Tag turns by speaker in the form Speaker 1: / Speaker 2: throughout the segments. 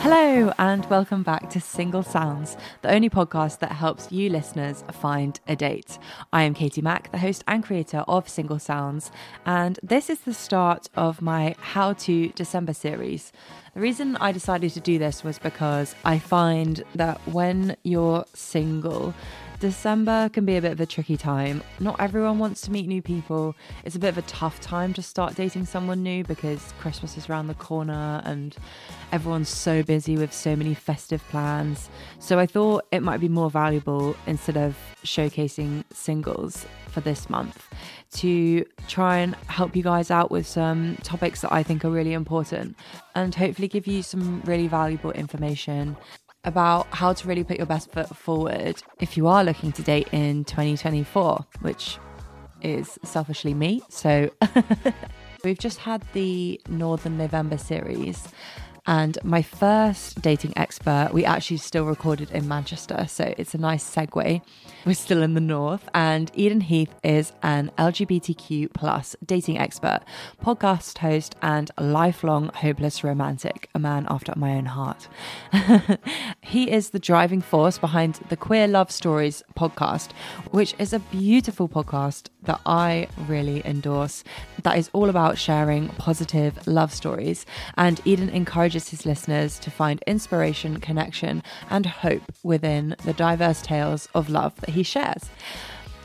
Speaker 1: Hello, and welcome back to Single Sounds, the only podcast that helps you listeners find a date. I am Katie Mack, the host and creator of Single Sounds, and this is the start of my How to December series. The reason I decided to do this was because I find that when you're single, December can be a bit of a tricky time. Not everyone wants to meet new people. It's a bit of a tough time to start dating someone new because Christmas is around the corner and everyone's so busy with so many festive plans. So I thought it might be more valuable instead of showcasing singles for this month to try and help you guys out with some topics that I think are really important and hopefully give you some really valuable information about how to really put your best foot forward if you are looking to date in 2024, which is selfishly me. So we've just had the Northern November series. And my first dating expert, we actually still recorded in Manchester. So it's a nice segue. We're still in the north. And Eden Heath is an LGBTQ plus dating expert, podcast host, and lifelong hopeless romantic, a man after my own heart. he is the driving force behind the Queer Love Stories podcast, which is a beautiful podcast that I really endorse, that is all about sharing positive love stories. And Eden encourages his listeners to find inspiration, connection, and hope within the diverse tales of love that he shares.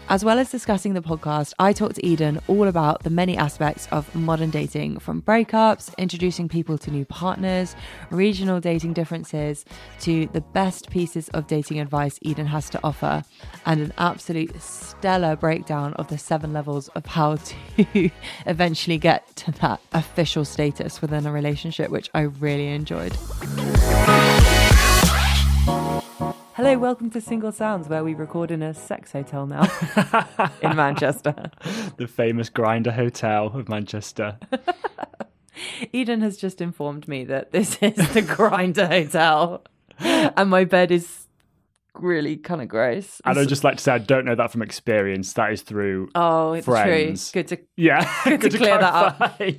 Speaker 1: As well as discussing the podcast, I talked to Eden all about the many aspects of modern dating from breakups, introducing people to new partners, regional dating differences, to the best pieces of dating advice Eden has to offer, and an absolute stellar breakdown of the seven levels of how to eventually get to that official status within a relationship, which I really enjoyed. Hello, welcome to Single Sounds, where we record in a sex hotel now in Manchester.
Speaker 2: the famous grinder hotel of Manchester.
Speaker 1: Eden has just informed me that this is the Grinder Hotel, and my bed is really kind of gross.
Speaker 2: And I'd just like to say I don't know that from experience. That is through
Speaker 1: oh, it's
Speaker 2: friends.
Speaker 1: true. Good to
Speaker 2: Yeah.
Speaker 1: Good to clear that up.
Speaker 2: clarify.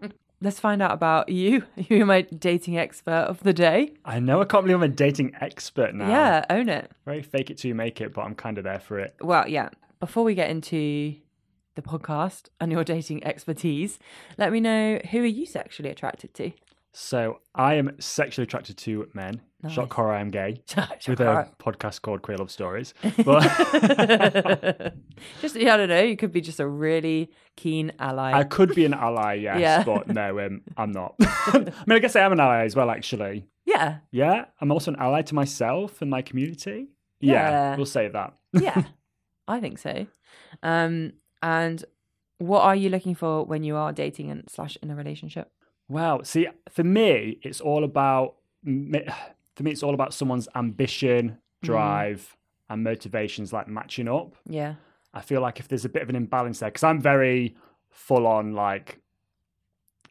Speaker 1: let's find out about you. You're my dating expert of the day.
Speaker 2: I know I can't believe I'm a dating expert now.
Speaker 1: Yeah, own it.
Speaker 2: Very fake it till you make it, but I'm kinda there for it.
Speaker 1: Well, yeah. Before we get into the podcast and your dating expertise, let me know who are you sexually attracted to.
Speaker 2: So I am sexually attracted to men. Shock horror I am gay.
Speaker 1: Shock
Speaker 2: with
Speaker 1: horror.
Speaker 2: a podcast called Queer Love Stories. But
Speaker 1: Just I don't know. You could be just a really keen ally.
Speaker 2: I could be an ally, yes,
Speaker 1: Yeah.
Speaker 2: but no, um, I'm not. I mean I guess I am an ally as well, actually.
Speaker 1: yeah,
Speaker 2: Yeah, I'm also an ally to myself and my community. Yeah,
Speaker 1: Yeah.
Speaker 2: we'll say that.
Speaker 1: yeah, I think so. Um, and what are you looking for when you are dating and slash in a relationship?
Speaker 2: Wow. See, for me, it's all about me- for me, it's all about someone's ambition, drive, and motivations like matching up.
Speaker 1: Yeah,
Speaker 2: I feel like if there's a bit of an imbalance there, because I'm very full on like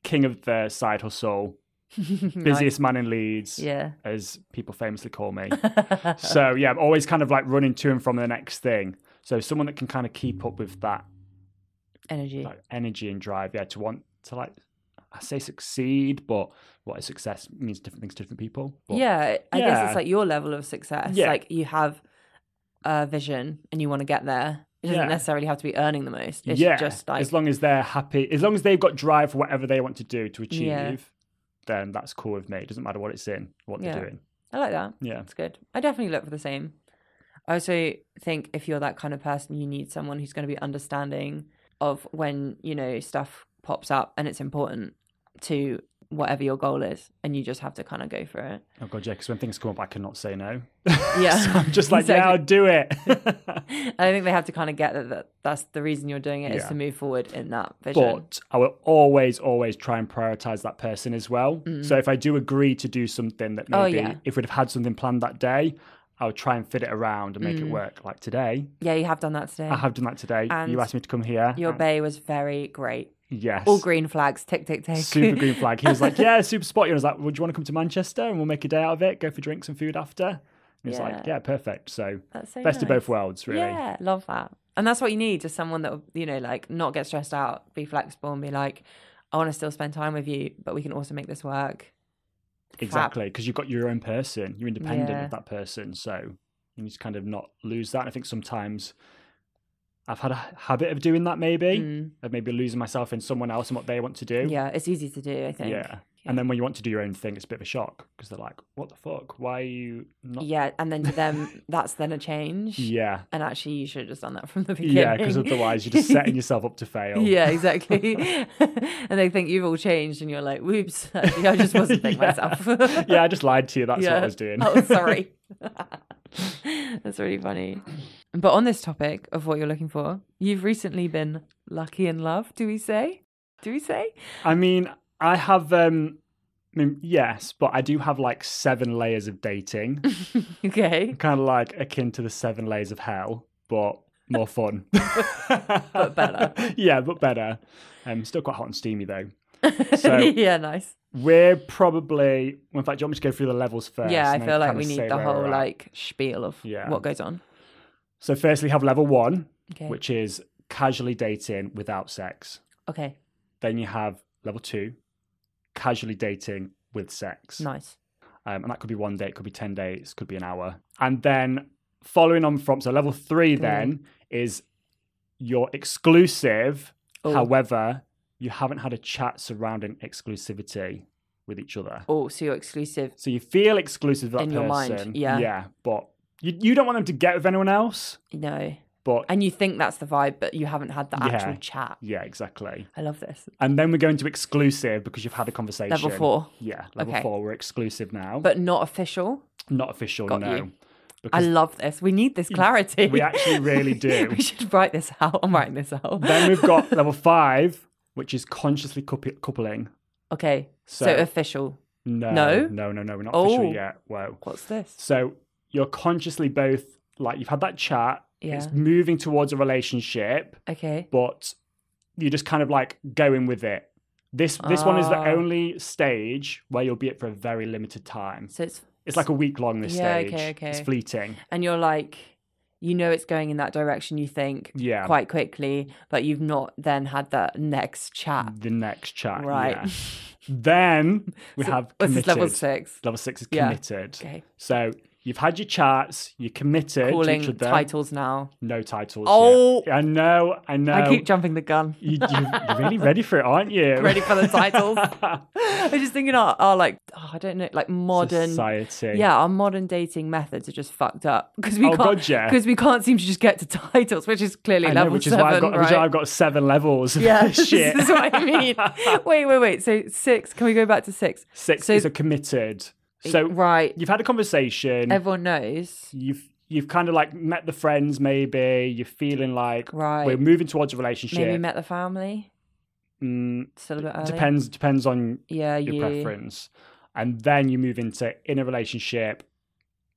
Speaker 2: king of the side hustle, busiest man in Leeds,
Speaker 1: yeah,
Speaker 2: as people famously call me. so yeah, I'm always kind of like running to and from the next thing. So someone that can kind of keep up with that
Speaker 1: energy.
Speaker 2: like energy and drive yeah to want to like i say succeed but what is success means different things to different people but
Speaker 1: yeah, I guess
Speaker 2: Yeah.
Speaker 1: it's like your level of success.
Speaker 2: Yeah.
Speaker 1: Like you have a vision and you want to get there, It doesn't
Speaker 2: Yeah.
Speaker 1: necessarily have to be earning the most. It's
Speaker 2: yeah,
Speaker 1: just like
Speaker 2: as long as they're happy, as long as they've got drive for whatever they want to do to achieve,
Speaker 1: Yeah.
Speaker 2: then that's cool with me. It doesn't matter what it's in, what
Speaker 1: Yeah.
Speaker 2: they're doing.
Speaker 1: I like that.
Speaker 2: Yeah.
Speaker 1: That's good. I definitely look for the same. I also think if you're that kind of person, you need someone who's going to be understanding of when, you know, stuff pops up and it's important to whatever your goal is and you just have to kind of go for it.
Speaker 2: Oh god, yeah. Because when things come up, I cannot say no.
Speaker 1: Yeah.
Speaker 2: So I'm just like, yeah, I'll
Speaker 1: Exactly.
Speaker 2: do it.
Speaker 1: I think they have to kind of get that, that that's the reason you're doing it is
Speaker 2: Yeah.
Speaker 1: to move forward in that vision.
Speaker 2: but I will always, always try and prioritize that person as well. So if I do agree to do something that
Speaker 1: Mm. Oh,
Speaker 2: maybe
Speaker 1: yeah.
Speaker 2: if we'd have had something planned that day, I would try and fit it around and make it work. Like today,
Speaker 1: Mm. yeah, you have done that today.
Speaker 2: I have done that today.
Speaker 1: And
Speaker 2: you asked me to come here.
Speaker 1: Your
Speaker 2: and-
Speaker 1: bay was very great.
Speaker 2: yes.
Speaker 1: All green flags, tick, tick, tick.
Speaker 2: Super green flag. He was like, "Yeah, super spotty." And I was like, "Would you want to come to Manchester and we'll make a day out of it? Go for drinks and food after." And he was
Speaker 1: Yeah.
Speaker 2: like, "Yeah, perfect." So,
Speaker 1: That's so
Speaker 2: best of
Speaker 1: nice.
Speaker 2: both worlds, really.
Speaker 1: Yeah, love that. And that's what you need, just someone that will, you know, like not get stressed out, be flexible and be like, I want to still spend time with you, but we can also make this work.
Speaker 2: Exactly, because you've got your own person. You're independent
Speaker 1: Yeah.
Speaker 2: of that person, so you need to kind of not lose that. I think sometimes I've had a habit of doing that, maybe
Speaker 1: Mm.
Speaker 2: of maybe losing myself in someone else and what they want to do.
Speaker 1: Yeah, it's easy to do, I think.
Speaker 2: yeah. And then when you want to do your own thing, it's a bit of a shock because they're like, "What the fuck? Why are you not?"
Speaker 1: Yeah, and then to them, that's then a change.
Speaker 2: yeah,
Speaker 1: And actually, you should have just done that from the beginning.
Speaker 2: yeah. Because otherwise, you're just setting yourself up to fail.
Speaker 1: yeah, exactly. and they think you've all changed, and you're like, whoops, actually, I just wasn't being
Speaker 2: Yeah.
Speaker 1: myself.
Speaker 2: yeah, I just lied to you. That's what I was doing.
Speaker 1: oh, sorry. That's really funny. But on this topic of what you're looking for, you've recently been lucky in love, do we say? Do we say?
Speaker 2: I mean, I have. um I mean, yes, but I do have like seven layers of dating,
Speaker 1: Okay.
Speaker 2: kind of like akin to the seven layers of hell, but more fun.
Speaker 1: But better.
Speaker 2: yeah, but better. Um, still quite hot and steamy though. So-
Speaker 1: yeah, nice.
Speaker 2: We're probably. well, In fact, do you want me to go through the levels first?
Speaker 1: yeah, I
Speaker 2: and then
Speaker 1: feel like
Speaker 2: kinda
Speaker 1: we
Speaker 2: say
Speaker 1: need the
Speaker 2: where we're
Speaker 1: whole
Speaker 2: at?
Speaker 1: like spiel of
Speaker 2: Yeah.
Speaker 1: what goes on.
Speaker 2: So, firstly, have level one,
Speaker 1: Okay.
Speaker 2: which is casually dating without sex.
Speaker 1: Okay.
Speaker 2: Then you have level two, casually dating with sex.
Speaker 1: Nice.
Speaker 2: Um, and that could be one day, it could be 10 days, could be an hour. And then following on from, so level three
Speaker 1: Mm.
Speaker 2: then is you're exclusive.
Speaker 1: Oh.
Speaker 2: However, you haven't had a chat surrounding exclusivity with each other.
Speaker 1: Oh, so you're exclusive.
Speaker 2: So you feel exclusive to that
Speaker 1: In your
Speaker 2: person.
Speaker 1: mind, yeah.
Speaker 2: Yeah. But you, you don't want them to get with anyone else.
Speaker 1: No.
Speaker 2: But
Speaker 1: And you think that's the vibe, but you haven't had the
Speaker 2: Yeah.
Speaker 1: actual chat.
Speaker 2: yeah, exactly.
Speaker 1: I love this.
Speaker 2: And then we're going to exclusive because you've had a conversation.
Speaker 1: Level four,
Speaker 2: Yeah, level
Speaker 1: Okay.
Speaker 2: four. We're exclusive now.
Speaker 1: but not official.
Speaker 2: not official,
Speaker 1: Got
Speaker 2: no.
Speaker 1: you. I
Speaker 2: Because
Speaker 1: love this. We need this clarity.
Speaker 2: we actually really do.
Speaker 1: we should write this out. I'm writing this out.
Speaker 2: Then we've got level five, which is consciously coup- coupling.
Speaker 1: Okay. So,
Speaker 2: So-
Speaker 1: official.
Speaker 2: No,
Speaker 1: No?
Speaker 2: no, no, no. We're not
Speaker 1: Oh.
Speaker 2: official yet. Whoa.
Speaker 1: What's this?
Speaker 2: So you're consciously both like you've had that chat.
Speaker 1: Yeah.
Speaker 2: It's moving towards a relationship,
Speaker 1: Okay.
Speaker 2: but you're just kind of like going with it. This this one is the
Speaker 1: Ah.
Speaker 2: only stage where you'll be it for a very limited time.
Speaker 1: So it's
Speaker 2: It's like a week long. This
Speaker 1: Yeah, okay,
Speaker 2: stage. It's
Speaker 1: okay.
Speaker 2: fleeting.
Speaker 1: and you're like you know it's going in that direction you think
Speaker 2: Yeah.
Speaker 1: quite quickly, but you've not then had that next chat.
Speaker 2: The next chat.
Speaker 1: Right.
Speaker 2: yeah. Then we
Speaker 1: So
Speaker 2: have
Speaker 1: This
Speaker 2: committed.
Speaker 1: is level six.
Speaker 2: Level six is
Speaker 1: Yeah.
Speaker 2: committed.
Speaker 1: Okay.
Speaker 2: So you've had your chats, you're committed to each
Speaker 1: Calling
Speaker 2: other.
Speaker 1: titles now.
Speaker 2: No titles.
Speaker 1: Oh!
Speaker 2: yet. I know, I know.
Speaker 1: I keep jumping the gun.
Speaker 2: you, are really ready for it, aren't you?
Speaker 1: Ready for the titles. I'm just thinking our, our like oh, I don't know, like modern
Speaker 2: society.
Speaker 1: Yeah, our modern dating methods are just fucked up because we can't
Speaker 2: Oh, God, yeah.
Speaker 1: because we can't seem to just get to titles, which is clearly
Speaker 2: I know,
Speaker 1: level
Speaker 2: which is
Speaker 1: seven,
Speaker 2: why I've got
Speaker 1: right?
Speaker 2: which I've got seven levels. of
Speaker 1: yeah,
Speaker 2: shit.
Speaker 1: this is what I mean. Wait, wait, wait. So six? Can we go back to six?
Speaker 2: Six
Speaker 1: So-
Speaker 2: is a committed. So
Speaker 1: right,
Speaker 2: you've had a conversation.
Speaker 1: everyone knows.
Speaker 2: you've you've kind of like met the friends, maybe. You're feeling like
Speaker 1: Right.
Speaker 2: we're moving towards a relationship.
Speaker 1: Maybe met the family.
Speaker 2: Mm,
Speaker 1: Still a bit early.
Speaker 2: depends depends on
Speaker 1: Yeah,
Speaker 2: your
Speaker 1: you.
Speaker 2: preference. And then you move into in a relationship,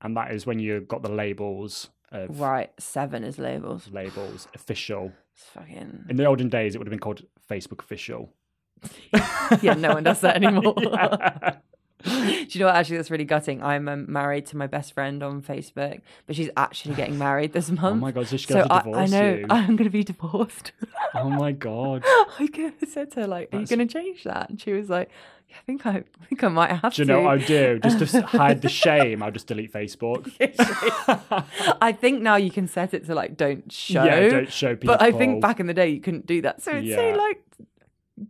Speaker 2: and that is when you've got the labels of
Speaker 1: Right, seven is labels.
Speaker 2: labels official.
Speaker 1: It's fucking.
Speaker 2: In the olden days, it would have been called Facebook official.
Speaker 1: Yeah, no one does that anymore.
Speaker 2: Yeah.
Speaker 1: Do you know what? Actually, that's really gutting. I'm um, married to my best friend on Facebook, but she's actually getting married this month.
Speaker 2: Oh my god, so she's gonna
Speaker 1: so
Speaker 2: have
Speaker 1: I,
Speaker 2: to
Speaker 1: I
Speaker 2: divorce
Speaker 1: know
Speaker 2: you.
Speaker 1: I'm going to be divorced.
Speaker 2: Oh my god.
Speaker 1: I could have said to her, like, are you
Speaker 2: That's-
Speaker 1: going to change that? And she was like, yeah, I think I, I think I might have
Speaker 2: Do you
Speaker 1: to.
Speaker 2: know what I do? Just to s- hide the shame, I'll just delete Facebook.
Speaker 1: I think now you can set it to like don't show.
Speaker 2: Yeah, don't show
Speaker 1: But I think
Speaker 2: people.
Speaker 1: back in the day you couldn't do that. So it's say
Speaker 2: Yeah.
Speaker 1: like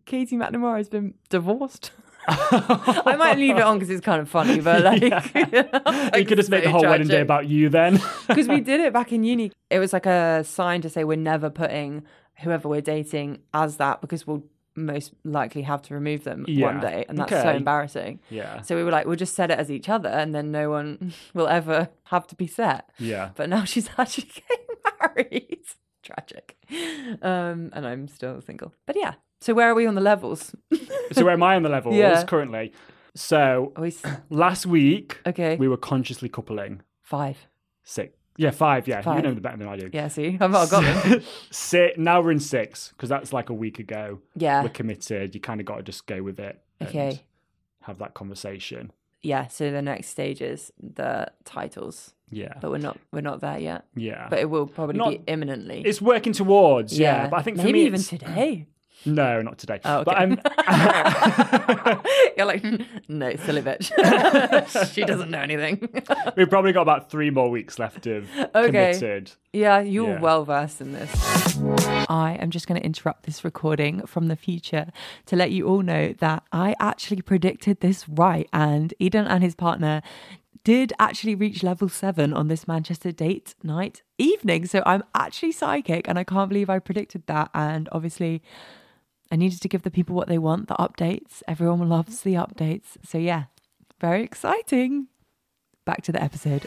Speaker 1: Katie McNamara has been divorced. I might leave it on because it's kind of funny, but like
Speaker 2: you could just make the whole wedding day about you then.
Speaker 1: because we did it back in uni. It was like a sign to say we're never putting whoever we're dating as that because we'll most likely have to remove them one
Speaker 2: Yeah.
Speaker 1: day, and that's so
Speaker 2: Okay.
Speaker 1: embarrassing.
Speaker 2: yeah.
Speaker 1: So we were like, we'll just set it as each other, and then no one will ever have to be set.
Speaker 2: Yeah.
Speaker 1: But now she's actually getting married. Tragic. Um, and I'm still single. But yeah. So where are we on the levels?
Speaker 2: So where am I on the levels
Speaker 1: Yeah. Oh.
Speaker 2: currently? So
Speaker 1: Are we s-
Speaker 2: last week
Speaker 1: okay?
Speaker 2: we were consciously coupling
Speaker 1: Five.
Speaker 2: six. Yeah, five. Yeah,
Speaker 1: Five.
Speaker 2: you know the better than I do.
Speaker 1: Yeah. See, I've I've got them.
Speaker 2: Six. Now we're in six because that's like a week ago.
Speaker 1: Yeah.
Speaker 2: We're committed. You kind of got to just go with it. and
Speaker 1: Okay.
Speaker 2: Have that conversation.
Speaker 1: Yeah. So the next stage is the titles,
Speaker 2: Yeah.
Speaker 1: but we're not we're not there yet.
Speaker 2: yeah.
Speaker 1: But it will probably be
Speaker 2: Not-
Speaker 1: imminently.
Speaker 2: it's working towards. Yeah. But I think for
Speaker 1: maybe
Speaker 2: me,
Speaker 1: even
Speaker 2: it's-
Speaker 1: today.
Speaker 2: No, not today.
Speaker 1: Oh,
Speaker 2: But
Speaker 1: okay.
Speaker 2: um,
Speaker 1: You're like, "Hmm, no, silly bitch. she doesn't know anything.
Speaker 2: we've probably got about three more weeks left of
Speaker 1: Okay.
Speaker 2: committed.
Speaker 1: Yeah, you're
Speaker 2: Yeah.
Speaker 1: well versed in this. I am just going to interrupt this recording from the future to let you all know that I actually predicted this right, and Eden and his partner did actually reach level seven on this Manchester date night evening. So I'm actually psychic, and I can't believe I predicted that. And obviously, I needed to give the people what they want the updates. Everyone loves the updates. So, yeah, very exciting. Back to the episode.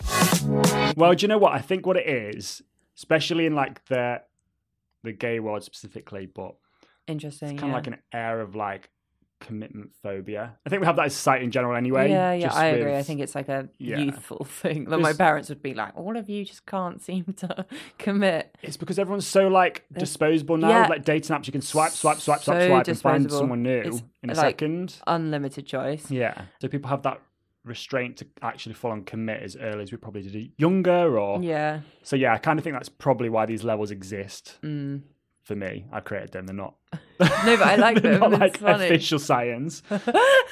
Speaker 2: Well, do you know what? I think what it is, especially in like the the gay world specifically, but
Speaker 1: Interesting.
Speaker 2: kind of like an air of like commitment phobia. I think we have that in society in general anyway.
Speaker 1: Yeah, yeah,
Speaker 2: just
Speaker 1: I agree.
Speaker 2: with-
Speaker 1: I think it's like a
Speaker 2: Yeah.
Speaker 1: youthful thing that my
Speaker 2: There's-
Speaker 1: parents would be like, all of you just can't seem to commit.
Speaker 2: it's because everyone's so like disposable now.
Speaker 1: yeah.
Speaker 2: Like dating apps, you can swipe, swipe, swipe, swipe,
Speaker 1: So
Speaker 2: swipe, and find
Speaker 1: disposable.
Speaker 2: someone new
Speaker 1: It's
Speaker 2: in a
Speaker 1: like-
Speaker 2: second.
Speaker 1: Unlimited choice.
Speaker 2: Yeah. So people have that restraint to actually full on commit as early as we probably did it younger or
Speaker 1: Yeah.
Speaker 2: so yeah i kind of think that's probably why these levels exist
Speaker 1: Mm.
Speaker 2: for me i created them they're not
Speaker 1: No, but I like
Speaker 2: they're
Speaker 1: them.
Speaker 2: not
Speaker 1: it's
Speaker 2: like
Speaker 1: funny.
Speaker 2: official science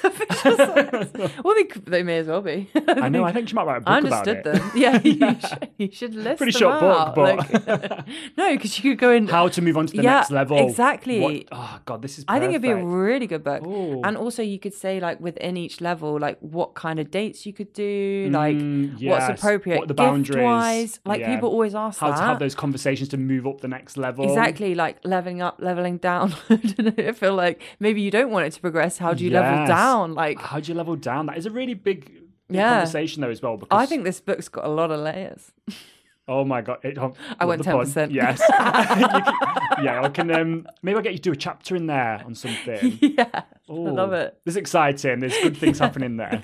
Speaker 1: Official science. well, they, c- they may as well be.
Speaker 2: I know. I think she might write a book
Speaker 1: I
Speaker 2: about
Speaker 1: understood
Speaker 2: it.
Speaker 1: them. Yeah,
Speaker 2: Yeah.
Speaker 1: You, should, you should list
Speaker 2: Pretty
Speaker 1: them
Speaker 2: short
Speaker 1: out.
Speaker 2: book, but
Speaker 1: like, no, because you could go in.
Speaker 2: how to move on to the
Speaker 1: Yeah,
Speaker 2: next level.
Speaker 1: exactly.
Speaker 2: What- oh God, this is.
Speaker 1: I think it'd be a
Speaker 2: perfect.
Speaker 1: really good book.
Speaker 2: Ooh.
Speaker 1: And also, you could say like within each level, like what kind of dates you could do, like
Speaker 2: Mm, yes.
Speaker 1: what's appropriate,
Speaker 2: What the boundaries.
Speaker 1: gift-wise. Like
Speaker 2: Yeah.
Speaker 1: people always ask
Speaker 2: how
Speaker 1: that.
Speaker 2: to have those conversations to move up the next level.
Speaker 1: Exactly, like leveling up, leveling down. I don't know, I feel like maybe you don't want it to progress. How do you level
Speaker 2: Yes.
Speaker 1: down? Like,
Speaker 2: How do you level down? That is a really big, big
Speaker 1: Yeah.
Speaker 2: conversation though as well. Because
Speaker 1: I think this book's got a lot of layers.
Speaker 2: Oh my god! It, oh,
Speaker 1: I
Speaker 2: love
Speaker 1: went
Speaker 2: the pun.
Speaker 1: 10%.
Speaker 2: Yes. You can- yeah, I can. Um, maybe I'll get you to do a chapter in there on something.
Speaker 1: yeah, I
Speaker 2: Ooh,
Speaker 1: love it.
Speaker 2: This is exciting. There's good things happening there.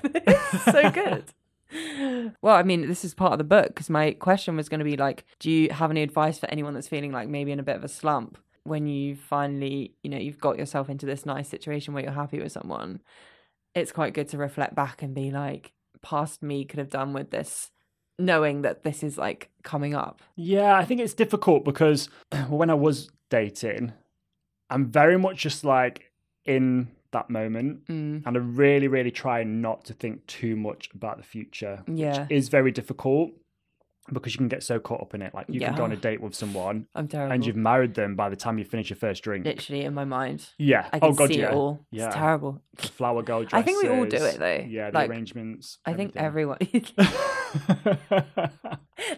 Speaker 1: so good. Well, I mean, this is part of the book because my question was going to be like, do you have any advice for anyone that's feeling like maybe in a bit of a slump when you finally, you know, you've got yourself into this nice situation where you're happy with someone? It's quite good to reflect back and be like, past me could have done with this, knowing that this is like coming up.
Speaker 2: Yeah, I think it's difficult because when I was dating, I'm very much just like in that moment.
Speaker 1: Mm.
Speaker 2: And I really, really try not to think too much about the future,
Speaker 1: Yeah,
Speaker 2: which is very difficult because you can get so caught up in it. Like you can go on a
Speaker 1: Yeah.
Speaker 2: date with someone
Speaker 1: I'm terrible.
Speaker 2: and you've married them by the time you finish your first drink.
Speaker 1: literally in my mind.
Speaker 2: Yeah.
Speaker 1: I can
Speaker 2: oh God,
Speaker 1: see
Speaker 2: yeah.
Speaker 1: it all.
Speaker 2: Yeah.
Speaker 1: It's terrible.
Speaker 2: The flower girl
Speaker 1: I
Speaker 2: dresses.
Speaker 1: think we all do it, though.
Speaker 2: Yeah, the
Speaker 1: Like,
Speaker 2: arrangements.
Speaker 1: I think
Speaker 2: everything.
Speaker 1: everyone,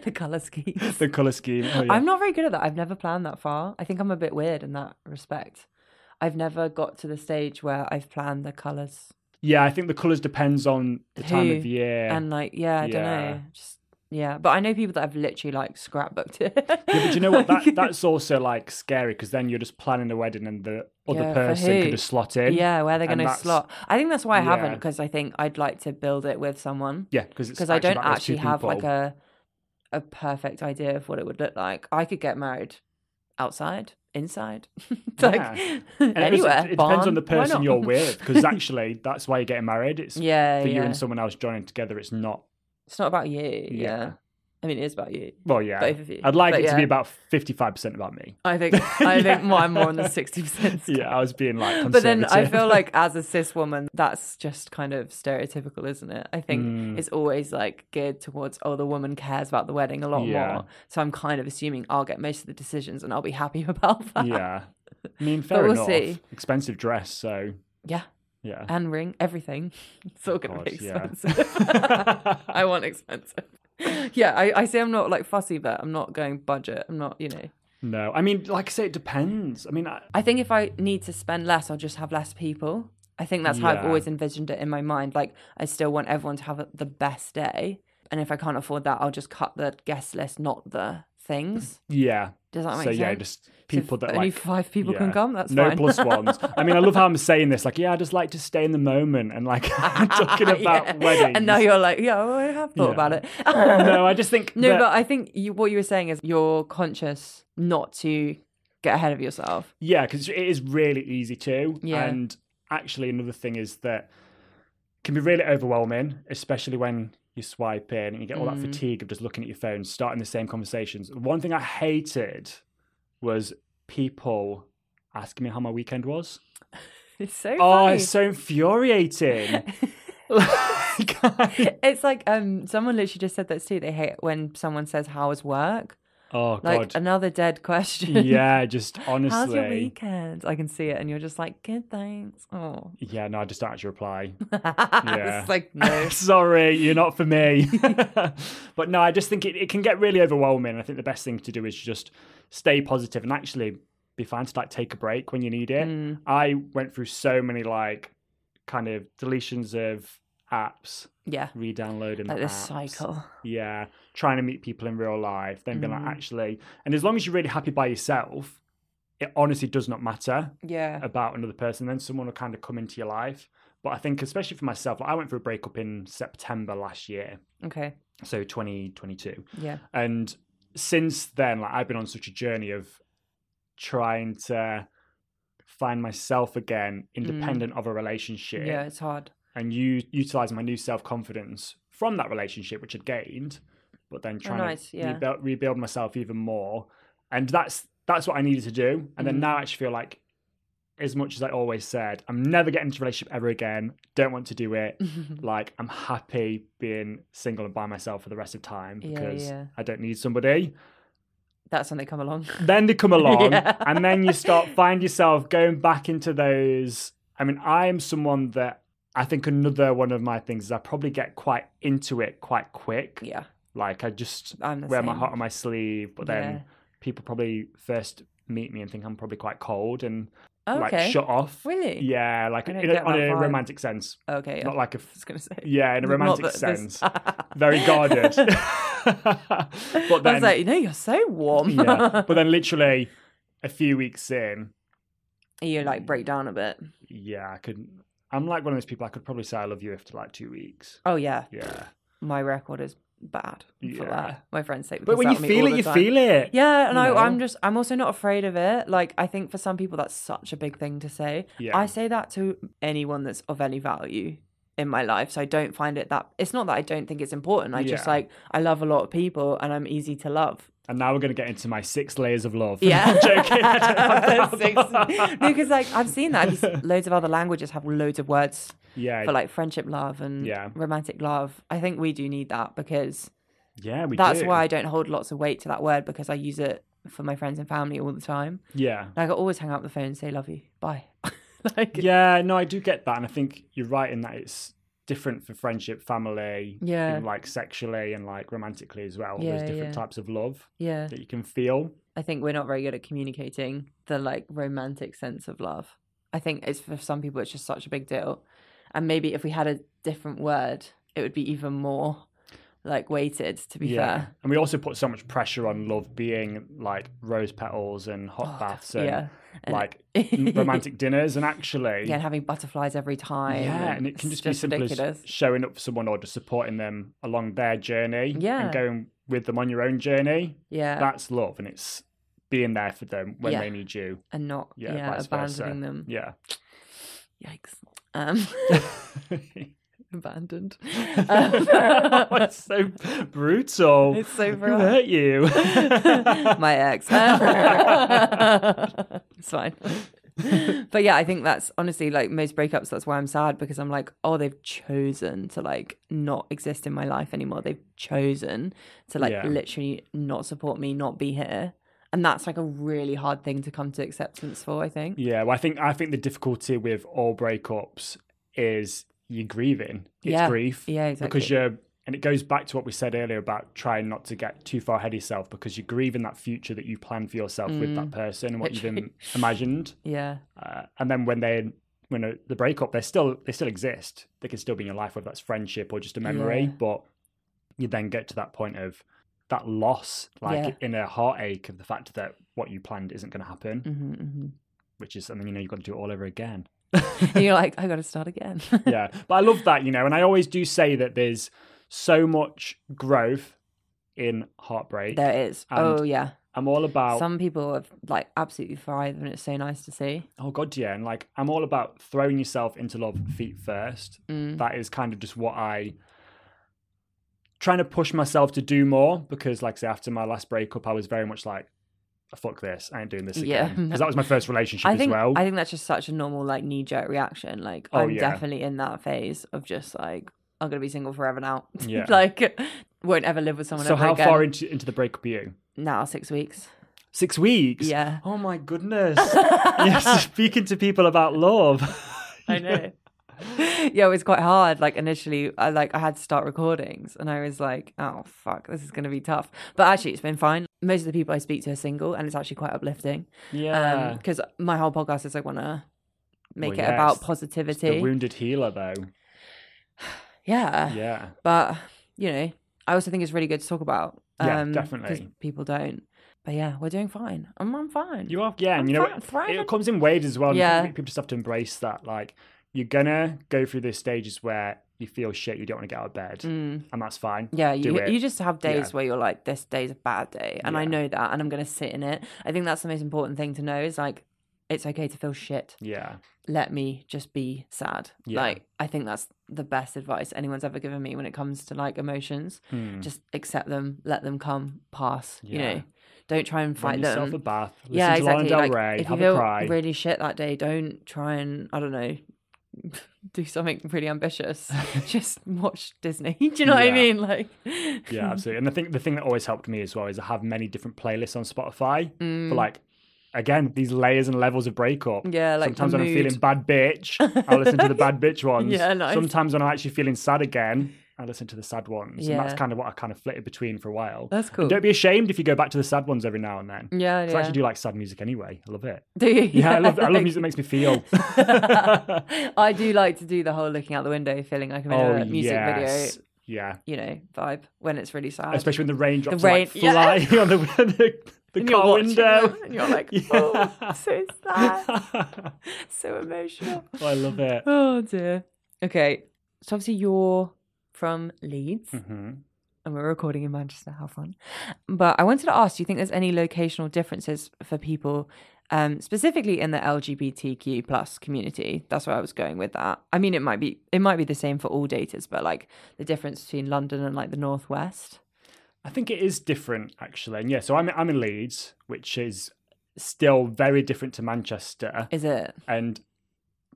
Speaker 1: the color schemes.
Speaker 2: the color scheme. Oh, yeah.
Speaker 1: I'm not very good at that. I've never planned that far. I think I'm a bit weird in that respect. I've never got to the stage where I've planned the colors
Speaker 2: Yeah, I think the colors depends on the time
Speaker 1: Who
Speaker 2: of year.
Speaker 1: and like, yeah, I
Speaker 2: Yeah.
Speaker 1: don't know, just yeah. But I know people that have literally like scrapbooked it.
Speaker 2: Yeah, but do you know what? That
Speaker 1: Like-
Speaker 2: that's also like scary because then you're just planning the wedding and the other
Speaker 1: Yeah, for
Speaker 2: person
Speaker 1: who?
Speaker 2: could just slot in.
Speaker 1: yeah, where they're
Speaker 2: and
Speaker 1: going to
Speaker 2: that's-
Speaker 1: slot. I think that's why I haven't
Speaker 2: Yeah.
Speaker 1: because I think I'd like to build it with someone
Speaker 2: yeah, because
Speaker 1: because I don't actually have like a a perfect idea of what it would look like. I could get married outside inside. It's like
Speaker 2: Yeah. And it was-
Speaker 1: anywhere.
Speaker 2: it, depends
Speaker 1: barn,
Speaker 2: on the
Speaker 1: why
Speaker 2: person
Speaker 1: not?
Speaker 2: you're with, because actually, that's why you're getting married. It's
Speaker 1: yeah,
Speaker 2: for you
Speaker 1: yeah.
Speaker 2: and someone else joining together. It's not.
Speaker 1: It's not about you. Yeah.
Speaker 2: Yeah.
Speaker 1: I mean, it is about you.
Speaker 2: Well, yeah.
Speaker 1: Both of you.
Speaker 2: I'd like
Speaker 1: But
Speaker 2: it to be
Speaker 1: yeah.
Speaker 2: about fifty-five percent about me.
Speaker 1: I think I think
Speaker 2: Yeah.
Speaker 1: mine more on the sixty percent.
Speaker 2: Yeah, I was being like.
Speaker 1: But then I
Speaker 2: conservative.
Speaker 1: feel like as a cis woman, that's just kind of stereotypical, isn't it? I think
Speaker 2: Mm.
Speaker 1: it's always like geared towards oh, the woman cares about the wedding a lot
Speaker 2: Yeah.
Speaker 1: more. So I'm kind of assuming I'll get most of the decisions and I'll be happy about that.
Speaker 2: yeah. I mean, fair
Speaker 1: we'll
Speaker 2: enough.
Speaker 1: see.
Speaker 2: Expensive dress, so
Speaker 1: Yeah.
Speaker 2: yeah.
Speaker 1: And ring, everything. It's all gonna be
Speaker 2: God, yeah.
Speaker 1: expensive. I want expensive. Yeah, I, I say I'm not like fussy, but I'm not going budget. I'm not, you know.
Speaker 2: no, I mean, like I say, it depends. I mean, I,
Speaker 1: I think if I need to spend less, I'll just have less people. I think that's how I've
Speaker 2: Yeah.
Speaker 1: always envisioned it in my mind. Like, I still want everyone to have the best day. And if I can't afford that, I'll just cut the guest list, not the things.
Speaker 2: yeah.
Speaker 1: Does that make
Speaker 2: so
Speaker 1: sense?
Speaker 2: yeah, just people
Speaker 1: if
Speaker 2: that
Speaker 1: only
Speaker 2: like
Speaker 1: five people can
Speaker 2: yeah.
Speaker 1: come. That's
Speaker 2: no
Speaker 1: fine.
Speaker 2: plus ones. I mean, I love how I'm saying this. Like, yeah, I just like to stay in the moment and like I'm talking
Speaker 1: Yeah.
Speaker 2: about weddings.
Speaker 1: And now you're like, yeah, well, I have thought
Speaker 2: Yeah.
Speaker 1: about it.
Speaker 2: no, I just think
Speaker 1: No,
Speaker 2: that-
Speaker 1: but I think you, what you were saying is you're conscious not to get ahead of yourself.
Speaker 2: Yeah, because it is really easy to.
Speaker 1: Yeah.
Speaker 2: And actually, another thing is that it can be really overwhelming, especially when you swipe in and you get all
Speaker 1: Mm.
Speaker 2: that fatigue of just looking at your phone, starting the same conversations. One thing I hated was people asking me how my weekend was.
Speaker 1: It's so
Speaker 2: Oh,
Speaker 1: funny.
Speaker 2: it's so infuriating. like, I-
Speaker 1: It's like um, someone literally just said that too. They hate when someone says, "How was work?"
Speaker 2: oh, God.
Speaker 1: Like another dead question.
Speaker 2: yeah, just honestly.
Speaker 1: How's your weekend? I can see it, and you're just like, "Good, thanks." Oh,
Speaker 2: Yeah, no, I just don't actually reply.
Speaker 1: it's like no.
Speaker 2: Sorry, you're not for me. but no, I just think it, it can get really overwhelming. I think the best thing to do is just stay positive and actually be fine to like take a break when you need it.
Speaker 1: Mm.
Speaker 2: I went through so many like kind of deletions of apps,
Speaker 1: Yeah,
Speaker 2: re-downloading
Speaker 1: like this
Speaker 2: apps.
Speaker 1: cycle.
Speaker 2: Yeah, trying to meet people in real life, then being
Speaker 1: Mm.
Speaker 2: like actually, and as long as you're really happy by yourself, it honestly does not matter
Speaker 1: Yeah,
Speaker 2: about another person, then someone will kind of come into your life. But I think, especially for myself, like, I went through a breakup in September last year,
Speaker 1: okay,
Speaker 2: so 2022.
Speaker 1: yeah,
Speaker 2: And since then, like I've been on such a journey of trying to find myself again, independent of a relationship,
Speaker 1: yeah. It's hard.
Speaker 2: and you utilize my new self confidence from that relationship, which I'd gained, but then trying
Speaker 1: Oh, nice,
Speaker 2: to
Speaker 1: yeah.
Speaker 2: rebuild, rebuild myself even more. And that's that's what I needed to do.
Speaker 1: Mm.
Speaker 2: And then now I actually feel like, as much as I always said, I'm never getting into a relationship ever again. Don't want to do it. like I'm happy being single and by myself for the rest of time
Speaker 1: Yeah,
Speaker 2: because
Speaker 1: yeah.
Speaker 2: I don't need somebody.
Speaker 1: That's when they come along.
Speaker 2: Then they come along,
Speaker 1: Yeah.
Speaker 2: and then you start find yourself going back into those. I mean, I am someone that I think another one of my things is I probably get quite into it quite quick.
Speaker 1: Yeah,
Speaker 2: Like I just
Speaker 1: I'm the
Speaker 2: wear
Speaker 1: same.
Speaker 2: my heart on my sleeve, but then
Speaker 1: Yeah.
Speaker 2: people probably first meet me and think I'm probably quite cold and
Speaker 1: Oh, Okay.
Speaker 2: like shut off.
Speaker 1: Really?
Speaker 2: Yeah, like
Speaker 1: I don't
Speaker 2: in a,
Speaker 1: get
Speaker 2: on a
Speaker 1: that vibe.
Speaker 2: romantic sense,
Speaker 1: Okay. Yeah.
Speaker 2: not like a
Speaker 1: I was gonna say.
Speaker 2: yeah, in a
Speaker 1: Not
Speaker 2: romantic
Speaker 1: that this-
Speaker 2: sense. very guarded. but
Speaker 1: I
Speaker 2: then,
Speaker 1: was like, you know, you're so warm.
Speaker 2: yeah, but then literally a few weeks in,
Speaker 1: you like break down a bit.
Speaker 2: yeah, I could. I'm like one of those people. I could probably say I love you after like two weeks.
Speaker 1: Oh yeah,
Speaker 2: Yeah,
Speaker 1: my record is bad for
Speaker 2: Yeah.
Speaker 1: that. My friends say,
Speaker 2: but when you feel it, you feel it.
Speaker 1: Yeah, and
Speaker 2: you know?
Speaker 1: I, I'm just, I'm also not afraid of it. Like, I think for some people, that's such a big thing to say.
Speaker 2: Yeah.
Speaker 1: I say that to anyone that's of any value in my life. So I don't find it that, it's not that I don't think it's important. I just
Speaker 2: Yeah.
Speaker 1: like, I love a lot of people and I'm easy to love.
Speaker 2: And now we're gonna get into my six layers of love.
Speaker 1: Yeah.
Speaker 2: I'm joking. I don't have that.
Speaker 1: Six- no, because like I've seen that These loads of other languages have loads of words
Speaker 2: yeah,
Speaker 1: for like friendship love and
Speaker 2: Yeah.
Speaker 1: romantic love. I think we do need that because
Speaker 2: yeah, we
Speaker 1: that's
Speaker 2: do.
Speaker 1: why I don't hold lots of weight to that word because I use it for my friends and family all the time.
Speaker 2: Yeah.
Speaker 1: Like I always hang up the phone and say love you. Bye. like
Speaker 2: Yeah, no, I do get that, and I think you're right in that it's different for friendship, family,
Speaker 1: Yeah.
Speaker 2: even, like sexually and like romantically as well.
Speaker 1: Yeah,
Speaker 2: There's different
Speaker 1: yeah.
Speaker 2: types of love
Speaker 1: yeah.
Speaker 2: that you can feel.
Speaker 1: I think we're not very good at communicating the like romantic sense of love. I think it's for some people it's just such a big deal. And maybe if we had a different word, it would be even more like weighted to be fair.
Speaker 2: and we also put so much pressure on love being like rose petals and hot
Speaker 1: Oh,
Speaker 2: baths and
Speaker 1: yeah. And-
Speaker 2: like romantic dinners, and actually,
Speaker 1: Yeah, and having butterflies every time.
Speaker 2: yeah, and it can
Speaker 1: it's
Speaker 2: just be simple
Speaker 1: ridiculous.
Speaker 2: as showing up for someone or just supporting them along their journey
Speaker 1: Yeah.
Speaker 2: and going with them on your own journey.
Speaker 1: Yeah.
Speaker 2: That's love, and it's being there for them when
Speaker 1: Yeah. Mm.
Speaker 2: they need you.
Speaker 1: and not
Speaker 2: Yeah,
Speaker 1: yeah,
Speaker 2: vice versa.
Speaker 1: abandoning them.
Speaker 2: Yeah.
Speaker 1: Yikes. Um, abandoned.
Speaker 2: Oh,
Speaker 1: Um,
Speaker 2: it's so brutal.
Speaker 1: It's so
Speaker 2: Who hurt you?
Speaker 1: my ex. it's fine. but yeah, I think that's honestly like most breakups. That's why I'm sad because I'm like, oh, they've chosen to like not exist in my life anymore. They've chosen to like
Speaker 2: Yeah.
Speaker 1: literally not support me, not be here, and that's like a really hard thing to come to acceptance for. I think.
Speaker 2: Yeah, well, I think I think the difficulty with all breakups is you're grieving. It's
Speaker 1: Yeah.
Speaker 2: grief.
Speaker 1: Yeah, exactly.
Speaker 2: Because you're, and it goes back to what we said earlier about trying not to get too far ahead of yourself because you're grieving that future that you planned for yourself with
Speaker 1: Mm.
Speaker 2: that person and what you've
Speaker 1: Literally.
Speaker 2: im- imagined.
Speaker 1: Yeah.
Speaker 2: Uh, and then when they, when uh, the breakup, they still they still exist. They can still be in your life, whether that's friendship or just a memory.
Speaker 1: Yeah.
Speaker 2: But you then get to that point of that loss, like
Speaker 1: Yeah.
Speaker 2: in a heartache of the fact that what you planned isn't going to happen,
Speaker 1: hmm hmm
Speaker 2: which is something you know you've got to do it all over again.
Speaker 1: and you're like, I got to start again.
Speaker 2: yeah but i love that you know and i always do say that there's so much growth in heartbreak
Speaker 1: There is.
Speaker 2: And
Speaker 1: oh yeah.
Speaker 2: i'm all about
Speaker 1: Some people have like absolutely thrived, and it's so nice to see.
Speaker 2: oh god yeah and like i'm all about throwing yourself into love feet first
Speaker 1: Mm.
Speaker 2: that is kind of just what i trying to push myself to do more because like I say after my last breakup i was very much like "Oh, fuck this i ain't doing this
Speaker 1: Yeah.
Speaker 2: again because that was my first relationship
Speaker 1: I think
Speaker 2: as well
Speaker 1: I think that's just such a normal like knee jerk reaction. Like
Speaker 2: Oh,
Speaker 1: I'm
Speaker 2: yeah.
Speaker 1: definitely in that phase of just like I'm gonna be single forever now.
Speaker 2: Yeah.
Speaker 1: like won't ever live with someone
Speaker 2: so
Speaker 1: ever
Speaker 2: how
Speaker 1: again.
Speaker 2: far into, into the breakup are you
Speaker 1: now six weeks.
Speaker 2: six weeks
Speaker 1: Yeah.
Speaker 2: oh my goodness yes speaking to people about love
Speaker 1: Um, I know. yeah, it was quite hard. Like initially, I like I had to start recordings, and I was like, "Oh fuck, this is gonna be tough." But actually, it's been fine. Most of the people I speak to are single, and it's actually quite uplifting.
Speaker 2: yeah
Speaker 1: because my whole podcast is I want to make
Speaker 2: Well,
Speaker 1: it
Speaker 2: yeah, it's-
Speaker 1: about
Speaker 2: it's the
Speaker 1: positivity.
Speaker 2: the wounded healer though
Speaker 1: yeah.
Speaker 2: yeah
Speaker 1: but you know, I also think it's really good to talk about. um,
Speaker 2: Yeah,
Speaker 1: 'cause
Speaker 2: definitely.
Speaker 1: people don't. But yeah, we're doing fine. I'm, I'm fine.
Speaker 2: you are yeah and
Speaker 1: I'm
Speaker 2: you know
Speaker 1: thri-
Speaker 2: it-
Speaker 1: thriving.
Speaker 2: it comes in waves as well and I
Speaker 1: Yeah.
Speaker 2: think people just have to embrace that like you're gonna go through those stages where you feel shit you don't want to get out of bed
Speaker 1: Mm.
Speaker 2: and that's fine
Speaker 1: Yeah,
Speaker 2: Do
Speaker 1: you
Speaker 2: it.
Speaker 1: you just have days
Speaker 2: Yeah.
Speaker 1: where you're like, this day's a bad day, and I
Speaker 2: Yeah.
Speaker 1: know that, and I'm gonna sit in it. I think that's the most important thing to know is like, it's okay to feel shit.
Speaker 2: yeah
Speaker 1: Let me just be sad.
Speaker 2: Yeah.
Speaker 1: Like, I think that's the best advice anyone's ever given me when it comes to like emotions.
Speaker 2: Hmm.
Speaker 1: Just accept them, let them come, pass.
Speaker 2: Yeah.
Speaker 1: You know, don't try and
Speaker 2: Run
Speaker 1: fight
Speaker 2: yourself
Speaker 1: them.
Speaker 2: a bath listen
Speaker 1: yeah,
Speaker 2: to
Speaker 1: exactly.
Speaker 2: Lana
Speaker 1: like,
Speaker 2: Del Rey
Speaker 1: if you
Speaker 2: have
Speaker 1: feel
Speaker 2: a cry
Speaker 1: really shit that day, don't try and I don't know, do something really ambitious. Just watch Disney. do you know what
Speaker 2: Yeah.
Speaker 1: I mean? Like,
Speaker 2: yeah absolutely and the thing the thing that always helped me as well is I have many different playlists on Spotify
Speaker 1: Mm.
Speaker 2: for like again these layers and levels of breakup
Speaker 1: Yeah, like the
Speaker 2: sometimes when I'm feeling
Speaker 1: mood.
Speaker 2: bad bitch I'll listen to the bad bitch ones
Speaker 1: Yeah, nice.
Speaker 2: sometimes when I'm actually feeling sad again I listen to the sad ones and that's
Speaker 1: Yeah. Oh.
Speaker 2: kind of what I kind of flitted between for a while
Speaker 1: that's cool.
Speaker 2: And don't be ashamed if you go back to the sad ones every now and then
Speaker 1: yeah,
Speaker 2: 'Cause
Speaker 1: yeah.
Speaker 2: I actually do like sad music anyway I love it
Speaker 1: Do you?
Speaker 2: yeah I love I love
Speaker 1: like-
Speaker 2: music that makes me feel
Speaker 1: I do like to do the whole looking out the window, feeling like I'm in
Speaker 2: oh
Speaker 1: a music
Speaker 2: yes yeah
Speaker 1: video, you know, vibe when it's really sad.
Speaker 2: especially when the raindrops
Speaker 1: Uh, The
Speaker 2: are, like,
Speaker 1: rain- yeah.
Speaker 2: fly on the the, the
Speaker 1: and you're
Speaker 2: car
Speaker 1: watching
Speaker 2: window
Speaker 1: them and you're like,
Speaker 2: Yeah.
Speaker 1: oh, so sad, so emotional.
Speaker 2: Oh, I love it
Speaker 1: Oh dear. Okay. So obviously you're from Leeds
Speaker 2: hmm
Speaker 1: and we're recording in Manchester. How fun. But I wanted to ask, do you think there's any locational differences for people um, specifically in the LGBTQ plus community? That's where I was going with that. I mean it might be it might be the same for all daters, but like the difference between London and like the Northwest.
Speaker 2: I think it is different actually and yeah so I'm I'm in Leeds which is still very different to Manchester
Speaker 1: Is it?
Speaker 2: and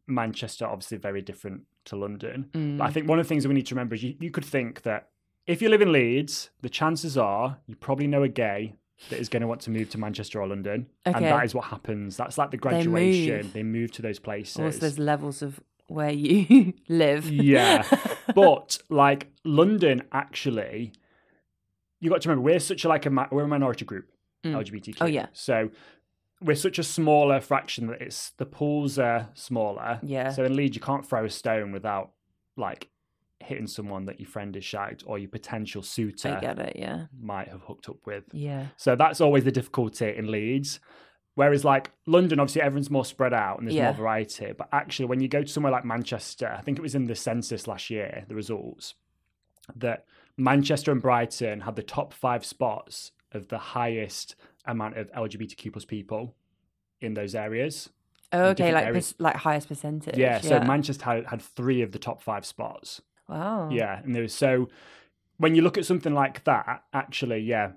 Speaker 2: Manchester obviously very different to London.
Speaker 1: Mm.
Speaker 2: But I think one of the things that we need to remember is you, you could think that if you live in Leeds, the chances are you probably know a gay that is going to want to move to Manchester or London, and
Speaker 1: Okay.
Speaker 2: that is what happens. That's like the
Speaker 1: move.
Speaker 2: graduation; they move, to those places.
Speaker 1: Also there's levels of where you live.
Speaker 2: Yeah. but like London, actually, you got to remember we're such a, like a mi- we're a minority group,
Speaker 1: Mm.
Speaker 2: LGBTQ.
Speaker 1: Oh, yeah.
Speaker 2: So we're such a smaller fraction that it's the pools are smaller.
Speaker 1: Yeah.
Speaker 2: So in Leeds, you can't throw a stone without like hitting someone that your friend is shagged or your potential
Speaker 1: I
Speaker 2: suitor
Speaker 1: get it, yeah.
Speaker 2: might have hooked up with.
Speaker 1: Yeah.
Speaker 2: So that's always the difficulty in Leeds. Whereas like London, obviously everyone's more spread out and there's
Speaker 1: Yeah.
Speaker 2: more variety. But actually, when you go to somewhere like Manchester, I think it was in the census last year, the results that Manchester and Brighton had the top five spots of the highest amount of LGBTQ plus people in those areas.
Speaker 1: Oh,
Speaker 2: in
Speaker 1: okay,
Speaker 2: different
Speaker 1: like
Speaker 2: areas.
Speaker 1: per- like highest percentage.
Speaker 2: Yeah, so Manchester had, had three of the top five spots.
Speaker 1: wow.
Speaker 2: Yeah, and there was so when you look at something like that, actually, yeah,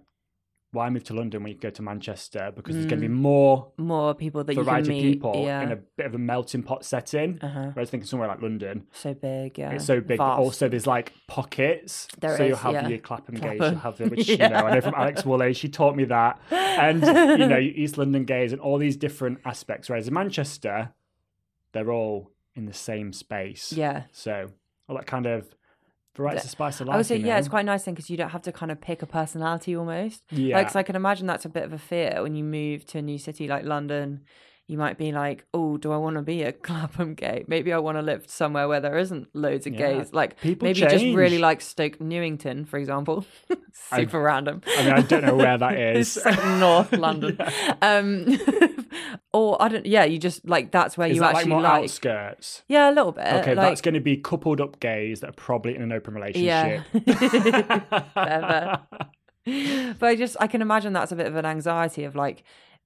Speaker 2: why move to London when you can go to Manchester? Because there's going to be more
Speaker 1: more people Mm. that you
Speaker 2: variety
Speaker 1: can
Speaker 2: of
Speaker 1: meet.
Speaker 2: people
Speaker 1: yeah.
Speaker 2: in a bit of a melting pot setting.
Speaker 1: Uh-huh.
Speaker 2: Whereas thinking somewhere like London,
Speaker 1: So big, yeah.
Speaker 2: it's so big. But
Speaker 1: Vast.
Speaker 2: also, there's like pockets.
Speaker 1: There
Speaker 2: so you'll
Speaker 1: is,
Speaker 2: have
Speaker 1: yeah.
Speaker 2: your Clapham, gays,
Speaker 1: Clapham.
Speaker 2: you'll have the, which
Speaker 1: Yeah.
Speaker 2: you know I know from Alex Woolley. She taught me that, and you know your East London gays and all these different aspects. Whereas in Manchester, they're all in the same space.
Speaker 1: Yeah.
Speaker 2: So all that kind of variety,
Speaker 1: The-
Speaker 2: the spice of life.
Speaker 1: I would say,
Speaker 2: you
Speaker 1: yeah,
Speaker 2: know?
Speaker 1: it's quite a nice thing because you don't have to kind of pick a personality almost.
Speaker 2: Yeah.
Speaker 1: Like, 'cause I can imagine that's a bit of a fear when you move to a new city like London. You might be like, oh, do I want to be a Clapham gay? Maybe I want to live somewhere where there isn't loads of
Speaker 2: Yeah.
Speaker 1: gays. Like,
Speaker 2: People
Speaker 1: maybe you just really
Speaker 2: change.
Speaker 1: like Stoke Newington, for example.
Speaker 2: I-
Speaker 1: Super random.
Speaker 2: I mean, I don't know where that is.
Speaker 1: it's like North London. Um, or I don't, yeah, you just like, that's where
Speaker 2: Is
Speaker 1: you
Speaker 2: that like
Speaker 1: actually
Speaker 2: more
Speaker 1: like.
Speaker 2: outskirts?
Speaker 1: Yeah, a little bit.
Speaker 2: Okay,
Speaker 1: like,
Speaker 2: that's going to be coupled up gays that are probably in an open
Speaker 1: Yeah.
Speaker 2: relationship.
Speaker 1: fair, fair. but I just I can imagine that's a bit of an anxiety of like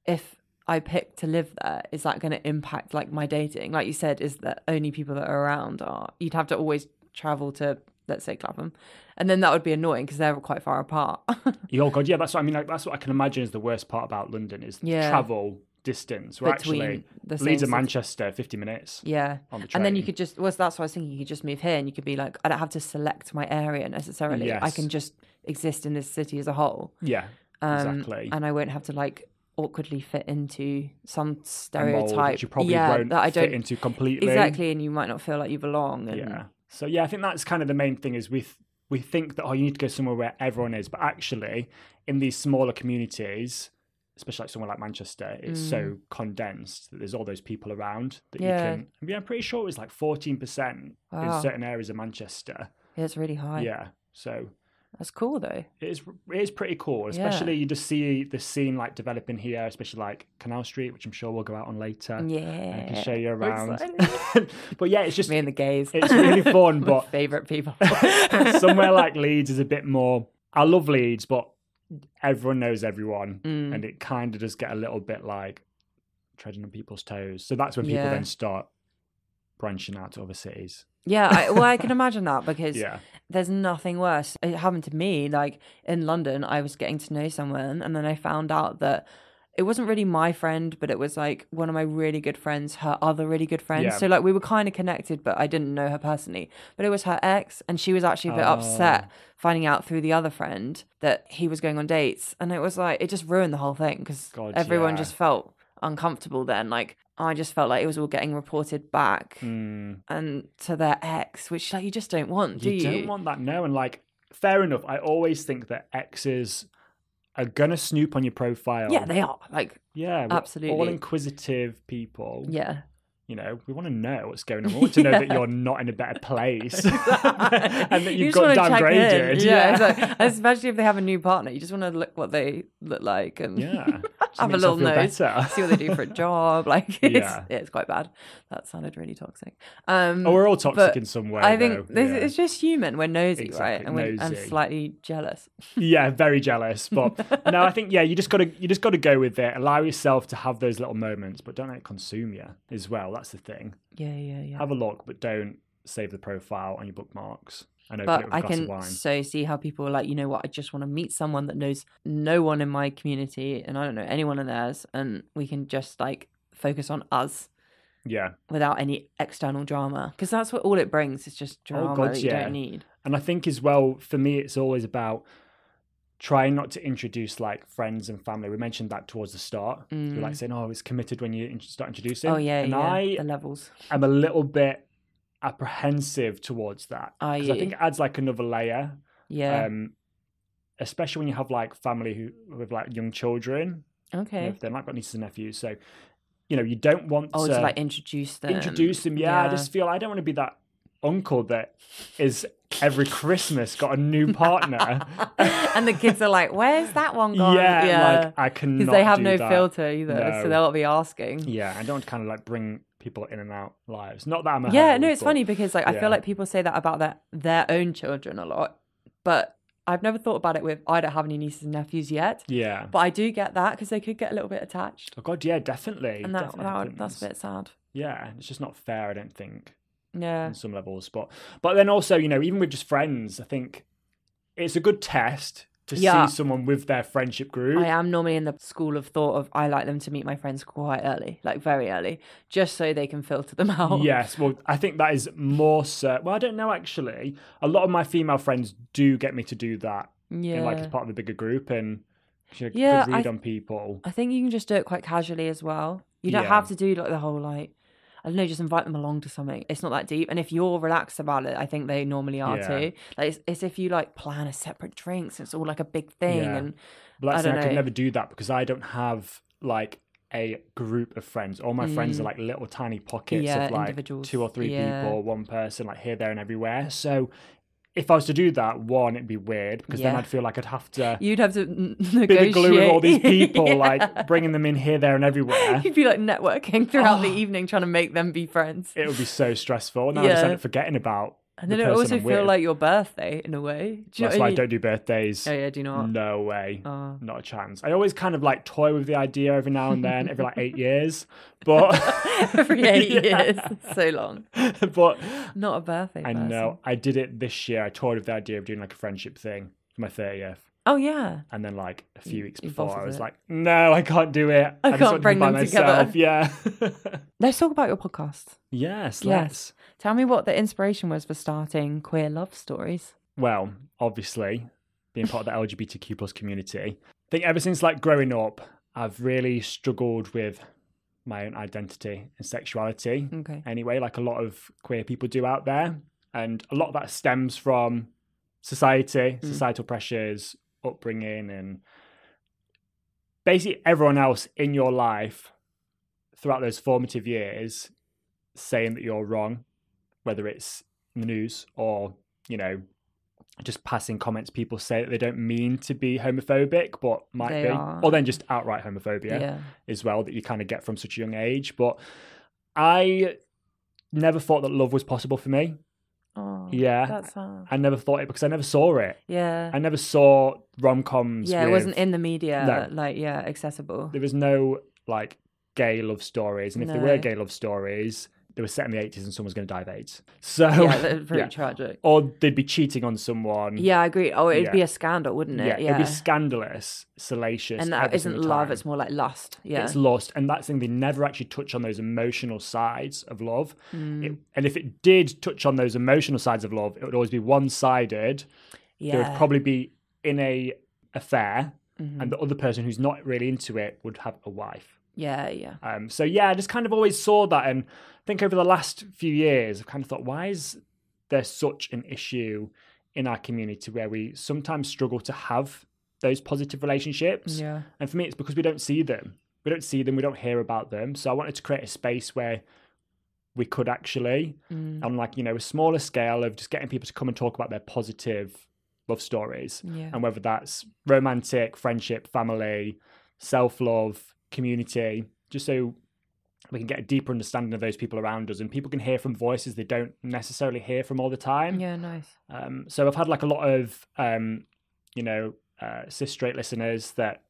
Speaker 1: if I pick to live there, is that going to impact like my dating? Like you said, is that only people that are around are you'd have to always travel to let's say Clapham, and then that would be annoying because they're quite far apart.
Speaker 2: Yeah, Oh god, yeah, that's what I mean. Like that's what I can imagine is the worst part about London is
Speaker 1: Yeah.
Speaker 2: travel distance. We're actually
Speaker 1: Between the same
Speaker 2: Leeds
Speaker 1: city.
Speaker 2: and Manchester, fifty minutes.
Speaker 1: yeah,
Speaker 2: On the
Speaker 1: and then you
Speaker 2: train.
Speaker 1: could just well that's what I was thinking. You could just move here, and you could be like, I don't have to select my area necessarily. I
Speaker 2: Yes.
Speaker 1: can just exist in this city as a whole.
Speaker 2: Yeah,
Speaker 1: um,
Speaker 2: exactly.
Speaker 1: and I won't have to like awkwardly fit into some
Speaker 2: A mold
Speaker 1: stereotype.
Speaker 2: which you probably
Speaker 1: yeah,
Speaker 2: won't
Speaker 1: that I don't
Speaker 2: fit into completely.
Speaker 1: exactly, and you might not feel like you belong. And,
Speaker 2: Yeah. So yeah, I think that's kind of the main thing is we th- we think that oh you need to go somewhere where everyone is, but actually in these smaller communities, especially like somewhere like Manchester, it's so condensed that there's all those people around that
Speaker 1: Mm. Yeah.
Speaker 2: you can. I mean, I'm pretty sure it was like 14 percent
Speaker 1: Wow.
Speaker 2: in certain areas of Manchester.
Speaker 1: Yeah, it's really high.
Speaker 2: Yeah. So
Speaker 1: that's cool though.
Speaker 2: it is it is pretty cool,
Speaker 1: Yeah.
Speaker 2: especially you just see the scene like developing here, especially like Canal Street, which I'm sure we'll go out on later. and I
Speaker 1: Yeah,
Speaker 2: can show you
Speaker 1: I'm
Speaker 2: around.
Speaker 1: excited.
Speaker 2: but yeah, it's just
Speaker 1: Me and the gays.
Speaker 2: it's really fun,
Speaker 1: My
Speaker 2: but
Speaker 1: favorite people.
Speaker 2: somewhere like Leeds is a bit more. I love Leeds, but everyone knows everyone,
Speaker 1: Mm.
Speaker 2: and it kind of does get a little bit like treading on people's toes. So that's when people
Speaker 1: Yeah.
Speaker 2: then start branching out to other cities.
Speaker 1: yeah, I, well, I can imagine that because
Speaker 2: yeah,
Speaker 1: there's nothing worse. It happened to me. Like in London, I was getting to know someone, and then I found out that it wasn't really my friend, but it was like one of my really good friends, her other really good friend.
Speaker 2: Yeah.
Speaker 1: So like we were kind of connected, but I didn't know her personally. But it was her ex, and she was actually a bit upset
Speaker 2: Oh.
Speaker 1: finding out through the other friend that he was going on dates, and it was like it just ruined the whole thing because
Speaker 2: God,
Speaker 1: everyone
Speaker 2: yeah.
Speaker 1: just felt uncomfortable then. Like I just felt like it was all getting reported back.
Speaker 2: Mm.
Speaker 1: And to their ex, which like you just don't want, do
Speaker 2: you,
Speaker 1: you?
Speaker 2: don't want that. No, and like fair enough. I always think that exes are gonna snoop on your profile.
Speaker 1: Yeah, they are. Like,
Speaker 2: yeah, we're All
Speaker 1: absolutely.
Speaker 2: inquisitive people.
Speaker 1: yeah.
Speaker 2: you know, we want to know what's going on. We want to know that
Speaker 1: Yeah.
Speaker 2: you're not in a better place and that
Speaker 1: You just
Speaker 2: you've got
Speaker 1: wanna check in.
Speaker 2: downgraded.
Speaker 1: Yeah, exactly. especially if they have a new partner. You just want to look what they look like and
Speaker 2: Yeah. Just
Speaker 1: Have a
Speaker 2: makes her
Speaker 1: little
Speaker 2: feel
Speaker 1: nose.
Speaker 2: better.
Speaker 1: see what they do for a job. Like, it's,
Speaker 2: Yeah.
Speaker 1: it's quite bad. That sounded really toxic. Um,
Speaker 2: Oh, we're all toxic
Speaker 1: but
Speaker 2: in some way.
Speaker 1: I think
Speaker 2: though.
Speaker 1: this,
Speaker 2: yeah.
Speaker 1: it's just human. We're nosy, right?
Speaker 2: Exactly,
Speaker 1: And, we're, and
Speaker 2: nosy.
Speaker 1: slightly jealous.
Speaker 2: yeah, very jealous. But no, I think yeah, you just gotta you just gotta go with it. Allow yourself to have those little moments, but don't let it consume you as well. That's the thing.
Speaker 1: Yeah, yeah, yeah.
Speaker 2: Have a look, but don't save the profile on your bookmarks and open it
Speaker 1: but
Speaker 2: with a
Speaker 1: I
Speaker 2: glass of
Speaker 1: can
Speaker 2: wine.
Speaker 1: so see how people are like, you know what, I just want to meet someone that knows no one in my community and I don't know anyone in theirs, and we can just like focus on us
Speaker 2: Yeah.
Speaker 1: without any external drama because that's what all it brings is just drama
Speaker 2: Oh, God,
Speaker 1: that you
Speaker 2: yeah.
Speaker 1: don't need.
Speaker 2: And I think as well, for me, it's always about trying not to introduce like friends and family. We mentioned that towards the start. We We're like saying, "Oh, it's committed when you int- start introducing."
Speaker 1: Mm. oh yeah,
Speaker 2: and
Speaker 1: yeah.
Speaker 2: I
Speaker 1: the levels.
Speaker 2: am a little bit apprehensive towards that
Speaker 1: Are
Speaker 2: 'Cause
Speaker 1: you?
Speaker 2: I think it adds like another layer,
Speaker 1: Yeah.
Speaker 2: um, especially when you have like family who with like young children, you know,
Speaker 1: okay.
Speaker 2: if they're like got nieces and nephews. So you know, you don't want
Speaker 1: Oh,
Speaker 2: to
Speaker 1: to like introduce them.
Speaker 2: introduce him. Yeah, I just feel I don't want to be that uncle that is every Christmas got a new partner.
Speaker 1: and the kids are like, "Where's that one gone?"
Speaker 2: yeah, like I can
Speaker 1: because they have no filter either, so
Speaker 2: No.
Speaker 1: they'll be asking.
Speaker 2: Yeah, I don't want to kind of like bring people in and out lives. Not that I'm a
Speaker 1: yeah
Speaker 2: hoe,
Speaker 1: no it's
Speaker 2: but-
Speaker 1: funny because like i
Speaker 2: yeah.
Speaker 1: feel like people say that about their their own children a lot but I've never thought about it with I don't have any nieces and nephews yet,
Speaker 2: Yeah.
Speaker 1: but I do get that because they could get a little bit attached,
Speaker 2: Oh God, yeah, definitely.
Speaker 1: and that,
Speaker 2: definitely
Speaker 1: that that's a
Speaker 2: happens.
Speaker 1: bit sad.
Speaker 2: Yeah, it's just not fair. I don't think
Speaker 1: Yeah,
Speaker 2: on some levels, but but then also, you know, even with just friends, I think it's a good test to
Speaker 1: Yeah.
Speaker 2: see someone with their friendship group.
Speaker 1: I am normally in the school of thought of I like them to meet my friends quite early, like very early, just so they can filter them out.
Speaker 2: Yes, well, I think that is more so. Well, I don't know actually. A lot of my female friends do get me to do that,
Speaker 1: yeah.
Speaker 2: in, like as part of the bigger group and you know,
Speaker 1: Yeah,
Speaker 2: good read
Speaker 1: I-
Speaker 2: on people.
Speaker 1: I think you can just do it quite casually as well. You don't
Speaker 2: Yeah.
Speaker 1: have to do like the whole like I don't know, just invite them along to something. It's not that deep. And if you're relaxed about it, I think they normally are
Speaker 2: Yeah.
Speaker 1: too. Like it's, it's if you like plan a separate drinks, it's all like a big thing.
Speaker 2: Yeah.
Speaker 1: And
Speaker 2: But that's
Speaker 1: I
Speaker 2: the thing,
Speaker 1: don't
Speaker 2: I could
Speaker 1: know.
Speaker 2: never do that because I don't have like a group of friends. All my friends are
Speaker 1: Mm.
Speaker 2: like little tiny pockets
Speaker 1: Yeah,
Speaker 2: of like
Speaker 1: individuals.
Speaker 2: two or three
Speaker 1: Yeah.
Speaker 2: people, one person, like here, there, and everywhere. So if I was to do that, one, it'd be weird because then
Speaker 1: Yeah.
Speaker 2: I'd feel like I'd have to
Speaker 1: you'd have to n-
Speaker 2: be
Speaker 1: negotiate
Speaker 2: the glue with all these people,
Speaker 1: Yeah.
Speaker 2: like bringing them in here, there, and everywhere.
Speaker 1: You'd be like networking throughout the
Speaker 2: Oh.
Speaker 1: evening, trying to make them be friends,
Speaker 2: It would be so stressful, and I just
Speaker 1: Yeah.
Speaker 2: end up forgetting about.
Speaker 1: and
Speaker 2: the
Speaker 1: then it
Speaker 2: person
Speaker 1: also
Speaker 2: I'm
Speaker 1: feel
Speaker 2: with.
Speaker 1: like your birthday in a way. Do you know
Speaker 2: That's
Speaker 1: what
Speaker 2: why
Speaker 1: I
Speaker 2: I
Speaker 1: mean?
Speaker 2: don't do birthdays.
Speaker 1: Oh yeah, do not.
Speaker 2: No way.
Speaker 1: Oh.
Speaker 2: Not a chance. I always kind of like toy with the idea every now and then, every like eight years, but
Speaker 1: Oh. Every eight
Speaker 2: Yeah.
Speaker 1: years, so long.
Speaker 2: but
Speaker 1: Not a birthday.
Speaker 2: I
Speaker 1: person.
Speaker 2: know I did it this year. I toyed with the idea of doing like a friendship thing for my thirtieth,
Speaker 1: Oh yeah.
Speaker 2: and then like a few weeks
Speaker 1: you
Speaker 2: before, I
Speaker 1: bottled
Speaker 2: was
Speaker 1: it.
Speaker 2: like, no, I can't do it.
Speaker 1: I
Speaker 2: just
Speaker 1: can't
Speaker 2: want to do it
Speaker 1: bring
Speaker 2: by
Speaker 1: them
Speaker 2: myself. Yeah.
Speaker 1: Let's talk about your podcast. Yes.
Speaker 2: yes. Yes.
Speaker 1: Tell me what the inspiration was for starting Queer Love Stories.
Speaker 2: Well, obviously, being part of the LGBTQ plus community, I think ever since like growing up, I've really struggled with my own identity and sexuality.
Speaker 1: Okay.
Speaker 2: anyway, like a lot of queer people do out there. And a lot of that stems from society,
Speaker 1: Mm.
Speaker 2: societal pressures, upbringing, and basically everyone else in your life throughout those formative years saying that you're wrong, whether it's in the news or, you know, just passing comments people say that they don't mean to be homophobic, but might
Speaker 1: They
Speaker 2: be,
Speaker 1: are.
Speaker 2: or then just outright homophobia as well that you kind of get from such a young age. But I never thought that love was possible for me.
Speaker 1: Oh,
Speaker 2: Yeah.
Speaker 1: That's sad.
Speaker 2: I never thought it because I never saw it.
Speaker 1: Yeah.
Speaker 2: I never saw rom coms.
Speaker 1: yeah, it wasn't in the media.
Speaker 2: No.
Speaker 1: Like, yeah, accessible.
Speaker 2: There was no like gay love stories, and if there
Speaker 1: No.
Speaker 2: were gay love stories, they were set in the eighties, and someone's going to die of AIDS. So
Speaker 1: yeah, that's pretty
Speaker 2: Oh, yeah.
Speaker 1: tragic.
Speaker 2: or they'd be cheating on someone.
Speaker 1: Yeah, I agree. Oh, it'd
Speaker 2: Yeah.
Speaker 1: be a scandal, wouldn't it?
Speaker 2: it'd be scandalous, salacious,
Speaker 1: and that
Speaker 2: every
Speaker 1: isn't
Speaker 2: single
Speaker 1: love;
Speaker 2: time.
Speaker 1: it's more like lust. Yeah.
Speaker 2: It's lost, and that's the thing they never actually touch on those emotional sides of love.
Speaker 1: Mm.
Speaker 2: It- and if it did touch on those emotional sides of love, it would always be one sided.
Speaker 1: yeah.
Speaker 2: There would probably be in a affair,
Speaker 1: Mhm.
Speaker 2: and the other person who's not really into it would have a wife.
Speaker 1: yeah, yeah.
Speaker 2: Um, so yeah, I just kind of always saw that, and I think over the last few years, I've kind of thought, why is there such an issue in our community where we sometimes struggle to have those positive relationships?
Speaker 1: Yeah.
Speaker 2: And for me, it's because we don't see them. We don't see them. We don't hear about them. So I wanted to create a space where we could actually,
Speaker 1: Mm.
Speaker 2: on like you know a smaller scale of just getting people to come and talk about their positive love stories,
Speaker 1: Yeah.
Speaker 2: and whether that's romantic, friendship, family, self love, community, just so we can get a deeper understanding of those people around us, and people can hear from voices they don't necessarily hear from all the time.
Speaker 1: Yeah, nice.
Speaker 2: Um, so I've had like a lot of, um, you know, uh, cis straight listeners that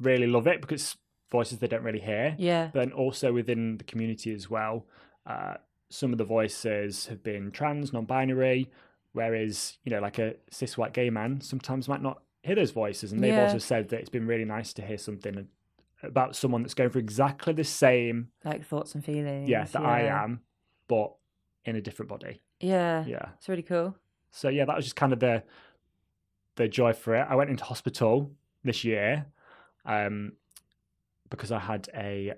Speaker 2: really love it because it's voices they don't really hear.
Speaker 1: Yeah.
Speaker 2: But then also within the community as well, uh, some of the voices have been trans, non-binary, whereas you know, like a cis white gay man sometimes might not hear those voices, and they've
Speaker 1: Yeah.
Speaker 2: also said that it's been really nice to hear something about someone that's going through exactly the same,
Speaker 1: Like thoughts and feelings.
Speaker 2: yeah, that I
Speaker 1: yeah.
Speaker 2: am, but in a different body,
Speaker 1: Yeah.
Speaker 2: yeah.
Speaker 1: It's really cool.
Speaker 2: So yeah, that was just kind of the the joy for it. I went into hospital this year um, because I had a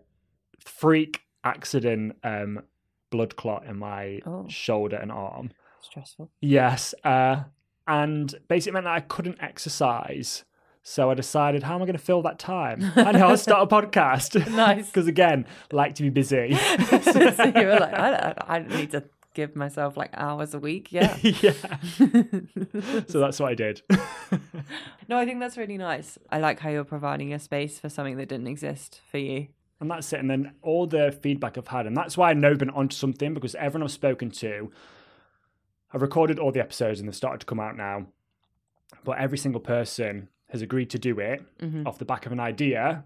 Speaker 2: freak accident um, blood clot in my
Speaker 1: Oh.
Speaker 2: shoulder and arm.
Speaker 1: Stressful.
Speaker 2: Yes, uh, and basically it meant that I couldn't exercise. So I decided, how am I going to fill that time? I know I'll start a podcast.
Speaker 1: Nice.
Speaker 2: because again, like to be busy.
Speaker 1: so you were like, I don't, I don't need to give myself like hours a week. Yeah.
Speaker 2: yeah. So that's what I did.
Speaker 1: no, I think that's really nice. I like how you're providing a space for something that didn't exist for you.
Speaker 2: And that's it. And then all the feedback I've had, and that's why I know I've been onto something because everyone I've spoken to, I've recorded all the episodes and they've started to come out now. but every single person has agreed to do it
Speaker 1: Mm-hmm.
Speaker 2: off the back of an idea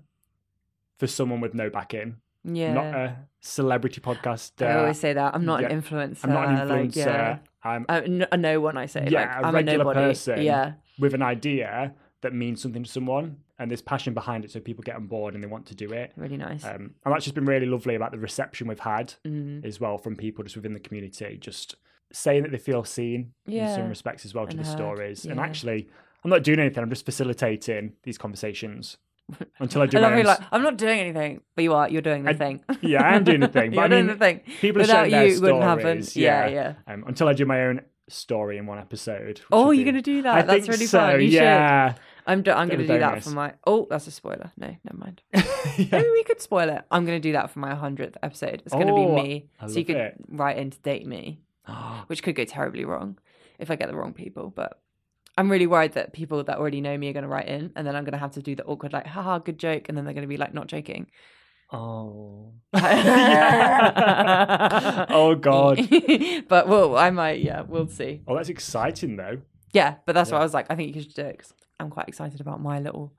Speaker 2: for someone with no backing.
Speaker 1: Yeah.
Speaker 2: Not a celebrity podcaster.
Speaker 1: I always say that. I'm not
Speaker 2: yeah.
Speaker 1: an influencer.
Speaker 2: I'm not an
Speaker 1: Like,
Speaker 2: influencer.
Speaker 1: yeah.
Speaker 2: I'm
Speaker 1: I, no, a no one, I say.
Speaker 2: yeah,
Speaker 1: like,
Speaker 2: a
Speaker 1: I'm
Speaker 2: regular
Speaker 1: nobody.
Speaker 2: person
Speaker 1: Yeah.
Speaker 2: with an idea that means something to someone and there's passion behind it so people get on board and they want to do it.
Speaker 1: Really nice. Mm.
Speaker 2: Um, and that's just been really lovely about the reception we've had as well from people just within the community, just saying that they feel seen in
Speaker 1: Yeah.
Speaker 2: some respects as well to
Speaker 1: And
Speaker 2: the
Speaker 1: heard,
Speaker 2: stories. And
Speaker 1: yeah.
Speaker 2: actually, I'm not doing anything, I'm just facilitating these conversations until I do
Speaker 1: I
Speaker 2: my
Speaker 1: love how
Speaker 2: own
Speaker 1: you're like,
Speaker 2: s-
Speaker 1: I'm not doing anything, but you are. You're doing the
Speaker 2: I-
Speaker 1: thing.
Speaker 2: yeah, I am doing the thing, but
Speaker 1: you're
Speaker 2: I
Speaker 1: doing
Speaker 2: mean,
Speaker 1: the thing.
Speaker 2: people are
Speaker 1: Without
Speaker 2: sharing
Speaker 1: you,
Speaker 2: their
Speaker 1: it wouldn't happen.
Speaker 2: stories,
Speaker 1: Yeah, yeah.
Speaker 2: Um, until I do my own story in one episode. which
Speaker 1: Oh,
Speaker 2: would
Speaker 1: you're
Speaker 2: be-
Speaker 1: gonna do that?
Speaker 2: I
Speaker 1: That's
Speaker 2: think
Speaker 1: really
Speaker 2: so,
Speaker 1: fun. You should.
Speaker 2: yeah.
Speaker 1: I'm, do- I'm
Speaker 2: Bit
Speaker 1: going
Speaker 2: of
Speaker 1: to
Speaker 2: a
Speaker 1: do that
Speaker 2: bonus.
Speaker 1: for my. Oh, that's a spoiler. No, never mind.
Speaker 2: Yeah.
Speaker 1: Maybe we could spoil it. I'm going to do that for my 100th episode. It's going to
Speaker 2: Oh,
Speaker 1: be me.
Speaker 2: I
Speaker 1: so you
Speaker 2: love
Speaker 1: could
Speaker 2: it.
Speaker 1: write in to date me,
Speaker 2: Oh.
Speaker 1: which could go terribly wrong if I get the wrong people. But I'm really worried that people that already know me are going to write in and then I'm going to have to do the awkward, like, haha, good joke. And then they're going to be like, not joking.
Speaker 2: Oh. Yeah. Oh, God.
Speaker 1: but well, I might, yeah, we'll see.
Speaker 2: Oh, that's exciting though.
Speaker 1: Yeah, but that's why I was like, I think you should do it 'cause I'm quite excited about my little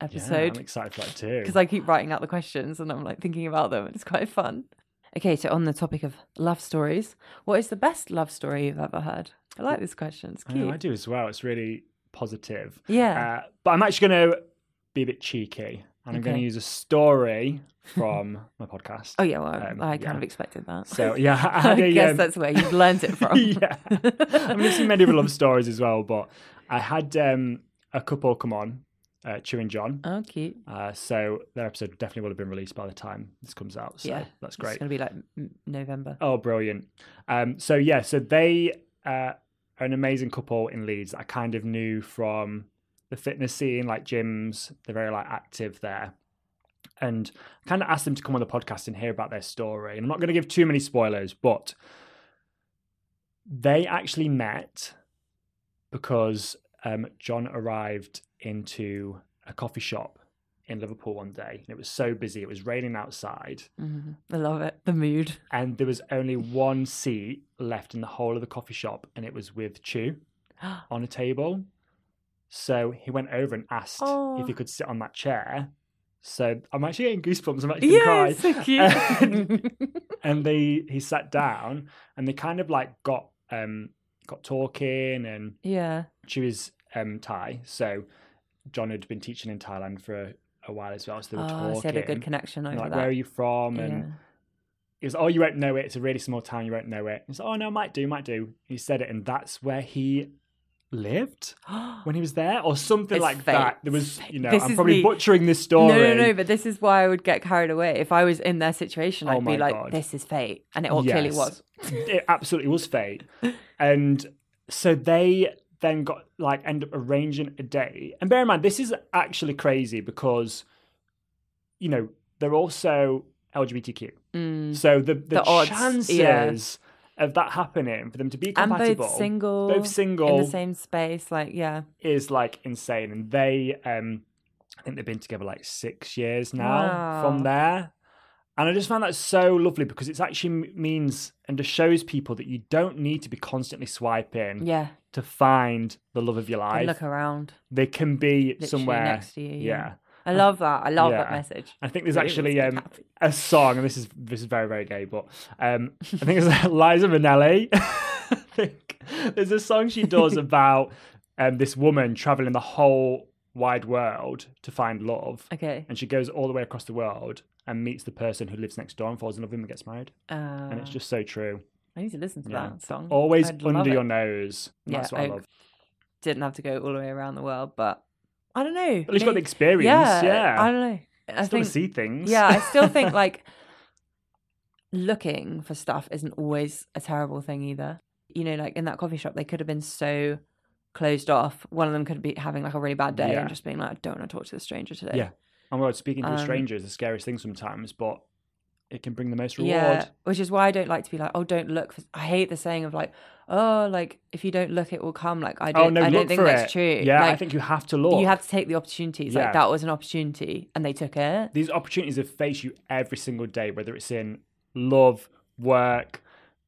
Speaker 2: Yeah,
Speaker 1: episode.
Speaker 2: I'm excited for that too.
Speaker 1: because I keep writing out the questions and I'm like thinking about them. and It's quite fun. Okay, so on the topic of love stories, what is the best love story you've ever heard? I like this question. It's
Speaker 2: Oh, I,
Speaker 1: cute.
Speaker 2: know, I do as well. It's really positive.
Speaker 1: Yeah.
Speaker 2: Uh, but I'm actually going to be a bit cheeky and I'm going
Speaker 1: Okay.
Speaker 2: to use a story from my podcast.
Speaker 1: oh yeah, well,
Speaker 2: Um,
Speaker 1: I
Speaker 2: yeah.
Speaker 1: kind of expected that.
Speaker 2: So, yeah. I,
Speaker 1: I
Speaker 2: had a,
Speaker 1: guess
Speaker 2: um,
Speaker 1: that's where you've learned it from.
Speaker 2: yeah. I mean, I've seen many love stories as well, but I had um, a couple come on, uh, Chew and John.
Speaker 1: Oh, cute.
Speaker 2: Uh, so their episode definitely will have been released by the time this comes out. So
Speaker 1: yeah,
Speaker 2: that's great.
Speaker 1: It's gonna be like m- November.
Speaker 2: Oh, brilliant. Um, so, yeah, so they uh, are an amazing couple in Leeds. that I kind of knew from the fitness scene, like gyms, they're very like active there. And I kind of asked them to come on the podcast and hear about their story. And I'm not going to give too many spoilers, but they actually met because um, John arrived into a coffee shop in Liverpool one day. And it was so busy, it was raining outside
Speaker 1: Mhm. I love it. The mood.
Speaker 2: and there was only one seat left in the whole of the coffee shop, and it was with Chew on a table. So he went over and asked
Speaker 1: Oh.
Speaker 2: if he could sit on that chair. So I'm actually getting goosebumps. I'm actually
Speaker 1: yeah,
Speaker 2: crying.
Speaker 1: it's so cute.
Speaker 2: and they he sat down, and they kind of like got um got talking, and
Speaker 1: yeah.
Speaker 2: Chew is um Thai, so John had been teaching in Thailand for a, a while as well. So they
Speaker 1: Oh,
Speaker 2: were talking.
Speaker 1: so you had a good connection
Speaker 2: and
Speaker 1: over
Speaker 2: they're like,
Speaker 1: that.
Speaker 2: where are you from? And
Speaker 1: Yeah.
Speaker 2: he was, oh, you won't know it. It's a really small town. You won't know it. He's, oh, no, I might do, might do. He said it, and that's where he lived when he was there, or something
Speaker 1: It's
Speaker 2: like
Speaker 1: fake.
Speaker 2: that. There was, you know,
Speaker 1: This
Speaker 2: I'm
Speaker 1: is
Speaker 2: probably
Speaker 1: the-
Speaker 2: butchering this story.
Speaker 1: No, no, no. But this is why I would get carried away. If I was in their situation, I'd
Speaker 2: Oh
Speaker 1: be
Speaker 2: my
Speaker 1: like,
Speaker 2: God.
Speaker 1: "This is fate," and it all clearly
Speaker 2: Yes.
Speaker 1: was.
Speaker 2: it absolutely was fate. And so they then got like end up arranging a day. And bear in mind, this is actually crazy because, you know, they're also LGBTQ.
Speaker 1: Mm.
Speaker 2: So the, the,
Speaker 1: The odds,
Speaker 2: chances
Speaker 1: yeah.
Speaker 2: of that happening for them to be
Speaker 1: And
Speaker 2: compatible,
Speaker 1: both single,
Speaker 2: both single,
Speaker 1: in the same space. Like, yeah,
Speaker 2: is like insane. And they, um, I think they've been together like six years now
Speaker 1: Wow.
Speaker 2: from there. And I just found that so lovely because it actually m- means and just shows people that you don't need to be constantly swiping
Speaker 1: yeah.
Speaker 2: to find the love of your
Speaker 1: I
Speaker 2: Mm. life.
Speaker 1: look around.
Speaker 2: They can be
Speaker 1: Literally
Speaker 2: somewhere
Speaker 1: next to you, yeah.
Speaker 2: Yeah.
Speaker 1: I love that. I love that
Speaker 2: Yeah.
Speaker 1: message.
Speaker 2: I think there's
Speaker 1: Really makes
Speaker 2: actually
Speaker 1: me
Speaker 2: um,
Speaker 1: happy.
Speaker 2: a song, and this is this is very very gay, but um, I think it's Liza Minnelli. I think there's a song she does about um, this woman traveling the whole wide world to find love,
Speaker 1: Okay.
Speaker 2: and she goes all the way across the world and meets the person who lives next door and falls in love with him and gets married,
Speaker 1: Uh,
Speaker 2: and it's just so true.
Speaker 1: I need to listen to
Speaker 2: yeah.
Speaker 1: that song.
Speaker 2: Always
Speaker 1: I'd love
Speaker 2: under
Speaker 1: it.
Speaker 2: your nose. and
Speaker 1: Yeah,
Speaker 2: That's what I,
Speaker 1: I-
Speaker 2: love.
Speaker 1: Didn't have to go all the way around the world, but I don't know. At
Speaker 2: At least you got the experience. Yeah,
Speaker 1: I
Speaker 2: I,
Speaker 1: don't know. I
Speaker 2: still
Speaker 1: think
Speaker 2: to see things.
Speaker 1: Yeah, I still think like looking for stuff isn't always a terrible thing either. You know, like in that coffee shop, they could have been so closed off. One of them could be having like a really bad day
Speaker 2: Yeah.
Speaker 1: and just being like, I don't want to talk to the stranger today.
Speaker 2: Yeah. And well, Oh speaking to
Speaker 1: Um,
Speaker 2: a stranger is the scariest thing sometimes, but it can bring the most reward.
Speaker 1: Yeah. Which is why I don't like to be like, oh, don't look for. I hate the saying of like, oh, like if you don't look, it will come. Like, I don't,
Speaker 2: oh no,
Speaker 1: I
Speaker 2: look
Speaker 1: don't think
Speaker 2: for
Speaker 1: that's
Speaker 2: it.
Speaker 1: true.
Speaker 2: Yeah, I
Speaker 1: Like,
Speaker 2: think you have to look.
Speaker 1: You have to take the opportunities.
Speaker 2: Yeah.
Speaker 1: Like that was an opportunity, and they took it.
Speaker 2: These opportunities that face you every single day, whether it's in love, work,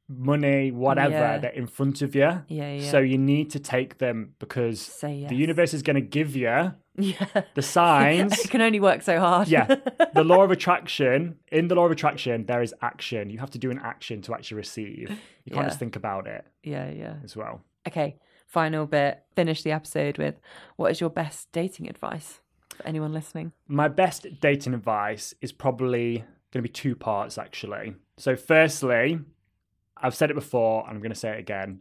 Speaker 2: money, whatever,
Speaker 1: Yeah.
Speaker 2: they're in front of you.
Speaker 1: Yeah, yeah.
Speaker 2: So you need to take them because
Speaker 1: Say yes.
Speaker 2: the universe is going to give you
Speaker 1: yeah.
Speaker 2: the signs.
Speaker 1: it can only work so hard.
Speaker 2: yeah. The law of attraction, in the law of attraction, there is action. You have to do an action to actually receive. You
Speaker 1: Yeah.
Speaker 2: can't just think about it
Speaker 1: yeah, yeah.
Speaker 2: as well.
Speaker 1: Okay, final bit. Finish the episode with what is your best dating advice for anyone listening?
Speaker 2: My best dating advice is probably going to be two parts, actually. So, firstly, I've said it before and I'm going to say it again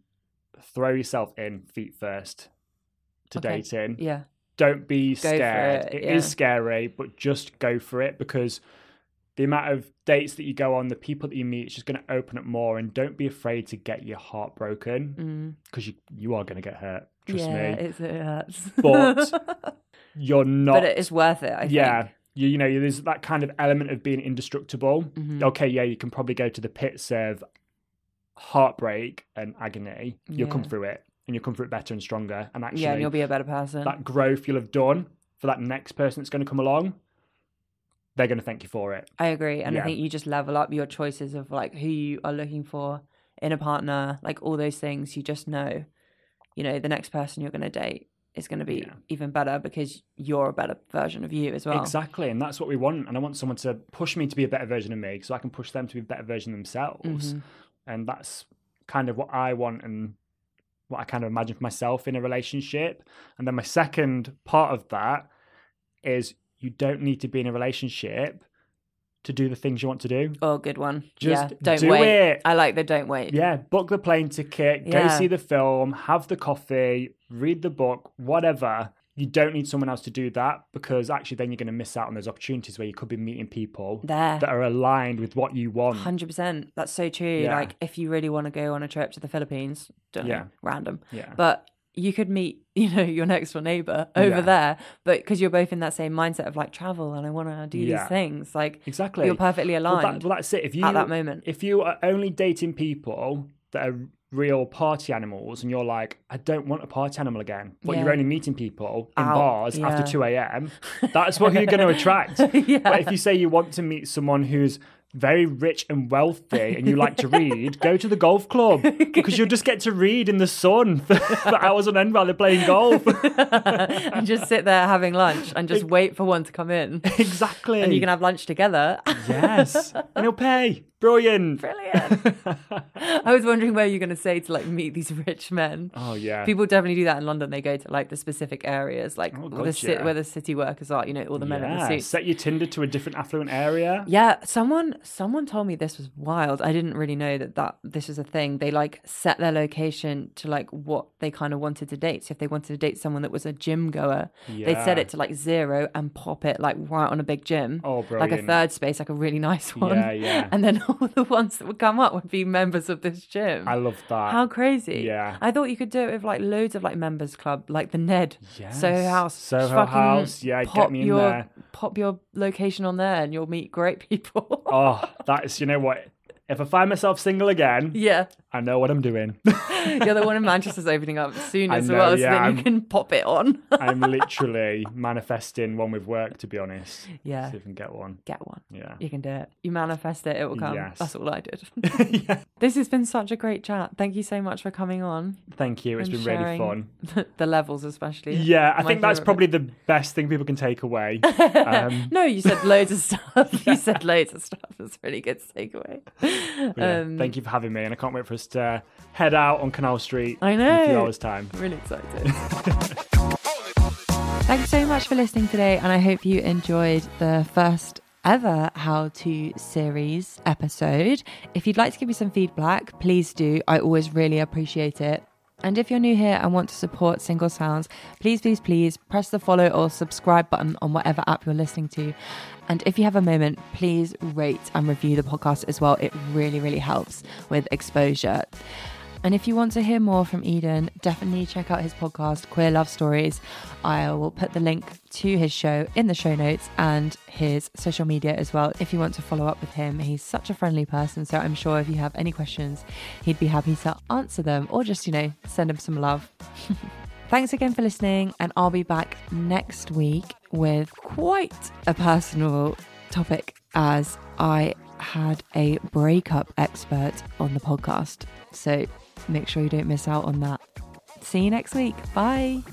Speaker 2: throw yourself in feet first to
Speaker 1: Okay.
Speaker 2: dating.
Speaker 1: Yeah.
Speaker 2: don't be
Speaker 1: for
Speaker 2: scared.
Speaker 1: it,
Speaker 2: It is
Speaker 1: yeah.
Speaker 2: scary, but just go for it because the amount of dates that you go on, the people that you meet, it's just going to open up more. And don't be afraid to get your heart broken
Speaker 1: Mm.
Speaker 2: because you you are going to get hurt. Trust
Speaker 1: yeah,
Speaker 2: me.
Speaker 1: It's, it hurts.
Speaker 2: But You're not.
Speaker 1: but it is worth it, I
Speaker 2: yeah.
Speaker 1: think.
Speaker 2: You, you know, there's that kind of element of being indestructible.
Speaker 1: Mhm.
Speaker 2: Okay, yeah, you can probably go to the pits of heartbreak and agony. You'll come
Speaker 1: Yeah.
Speaker 2: through it and you'll come through it better and stronger. And actually,
Speaker 1: Yeah, and you'll be a better person.
Speaker 2: that growth you'll have done for that next person that's going to come along, they're going to thank you for it.
Speaker 1: I agree. And I
Speaker 2: Yeah.
Speaker 1: think you just level up your choices of like who you are looking for in a partner, like all those things. You just know, you know, the next person you're going to date is going to be
Speaker 2: Yeah.
Speaker 1: even better because you're a better version of you as well.
Speaker 2: Exactly. And that's what we want. And I want someone to push me to be a better version of me so I can push them to be a better version of themselves.
Speaker 1: Mhm.
Speaker 2: And that's kind of what I want and what I kind of imagine for myself in a relationship. And then my second part of that is you don't need to be in a relationship to do the things you want to do.
Speaker 1: Oh, good one.
Speaker 2: Just
Speaker 1: yeah, don't
Speaker 2: do
Speaker 1: wait.
Speaker 2: it.
Speaker 1: I like the don't wait.
Speaker 2: Yeah, book the plane ticket,
Speaker 1: Yeah.
Speaker 2: go see the film, have the coffee, read the book, whatever. You don't need someone else to do that because actually then you're going to miss out on those opportunities where you could be meeting people
Speaker 1: There.
Speaker 2: that are aligned with what you want.
Speaker 1: Hundred percent. That's so true.
Speaker 2: Yeah.
Speaker 1: Like if you really want to go on a trip to the Philippines, don't know,
Speaker 2: Yeah.
Speaker 1: random,
Speaker 2: Yeah.
Speaker 1: but you could meet, you know, your next door neighbor over
Speaker 2: Yeah.
Speaker 1: there, but because you're both in that same mindset of like travel and I want to do
Speaker 2: Yeah.
Speaker 1: these things, like
Speaker 2: Exactly.
Speaker 1: you're perfectly
Speaker 2: Well, that-
Speaker 1: aligned
Speaker 2: well, that's it. If you
Speaker 1: at that moment.
Speaker 2: if you are only dating people that are real party animals and you're like, I don't want a party animal again, but you're
Speaker 1: Yeah.
Speaker 2: only meeting people in
Speaker 1: Out,
Speaker 2: bars
Speaker 1: yeah.
Speaker 2: after 2 a.m., that's what you're going to attract. But if you say you want to meet someone who's very rich and wealthy and you like to read, go to the golf club because you'll just get to read in the sun for hours on end while they're playing golf.
Speaker 1: and just sit there having lunch and just wait for one to come in,
Speaker 2: exactly.
Speaker 1: and you can have lunch together.
Speaker 2: Yes. And he'll pay. Brilliant.
Speaker 1: Brilliant. I was wondering where you're going to say to like meet these rich men.
Speaker 2: Oh, yeah.
Speaker 1: People definitely do that in London. They go to like the specific areas, like
Speaker 2: Oh,
Speaker 1: the
Speaker 2: God,
Speaker 1: ci-
Speaker 2: yeah.
Speaker 1: where the city workers are. You know, all the men in
Speaker 2: yeah.
Speaker 1: the suits.
Speaker 2: Set your Tinder to a different affluent area.
Speaker 1: Yeah, someone someone told me this was wild. I didn't really know that that this was a thing. They like set their location to like what they kind of wanted to date. So if they wanted to date someone that was a gym goer, they'd set
Speaker 2: Yeah.
Speaker 1: it to like zero and pop it like right on a big gym.
Speaker 2: Oh,
Speaker 1: Like a
Speaker 2: brilliant.
Speaker 1: third space, like a really nice one.
Speaker 2: Yeah, yeah.
Speaker 1: And then all the ones that would come up would be members of this gym.
Speaker 2: I love that.
Speaker 1: How crazy!
Speaker 2: Yeah.
Speaker 1: I thought you could do it with like loads of like members club, like the Ned,
Speaker 2: Yes.
Speaker 1: Soho House,
Speaker 2: Soho
Speaker 1: Just fucking
Speaker 2: House. Yeah, get
Speaker 1: pop
Speaker 2: me in
Speaker 1: your,
Speaker 2: there.
Speaker 1: Pop your location on there, and you'll meet great people.
Speaker 2: oh, that is, you know what? If I find myself single again,
Speaker 1: yeah,
Speaker 2: I know what I'm doing.
Speaker 1: yeah, the one in Manchester's opening up soon
Speaker 2: I
Speaker 1: as
Speaker 2: know,
Speaker 1: well, so
Speaker 2: yeah,
Speaker 1: then you
Speaker 2: I'm-
Speaker 1: can pop it on.
Speaker 2: I'm literally manifesting one with work, to be honest.
Speaker 1: Yeah.
Speaker 2: See if I can get one.
Speaker 1: Get one.
Speaker 2: Yeah.
Speaker 1: You can do it. You manifest it, it will come.
Speaker 2: Yes.
Speaker 1: That's all I did. This has been such a great chat. Thank you so much for coming on.
Speaker 2: Thank you. It's
Speaker 1: and
Speaker 2: been really
Speaker 1: sharing
Speaker 2: fun.
Speaker 1: The levels, especially.
Speaker 2: Yeah, I
Speaker 1: My
Speaker 2: think
Speaker 1: favourite
Speaker 2: that's
Speaker 1: bit.
Speaker 2: probably the best thing people can take away. Um,
Speaker 1: No, you said loads of stuff. You said loads of stuff. That's a really good takeaway.
Speaker 2: but yeah,
Speaker 1: Um,
Speaker 2: thank you for having me, and I can't wait for us to head out on Canal Street
Speaker 1: I
Speaker 2: in a few
Speaker 1: know.
Speaker 2: hours' time.
Speaker 1: I'm really excited. Thanks so much for listening today, and I hope you enjoyed the first ever How To series episode. If you'd like to give me some feedback, please do. I always really appreciate it. And if you're new here and want to support Single Sounds, please, please, please press the follow or subscribe button on whatever app you're listening to. And if you have a moment, please rate and review the podcast as well. It really, really helps with exposure. And if you want to hear more from Eden, definitely check out his podcast, Queer Love Stories. I will put the link to his show in the show notes and his social media as well if you want to follow up with him. He's such a friendly person, so I'm sure if you have any questions, he'd be happy to answer them or just, you know, send him some love. Thanks again for listening, and I'll be back next week with quite a personal topic as I had a breakup expert on the podcast. So make sure you don't miss out on that. See you next week. Bye.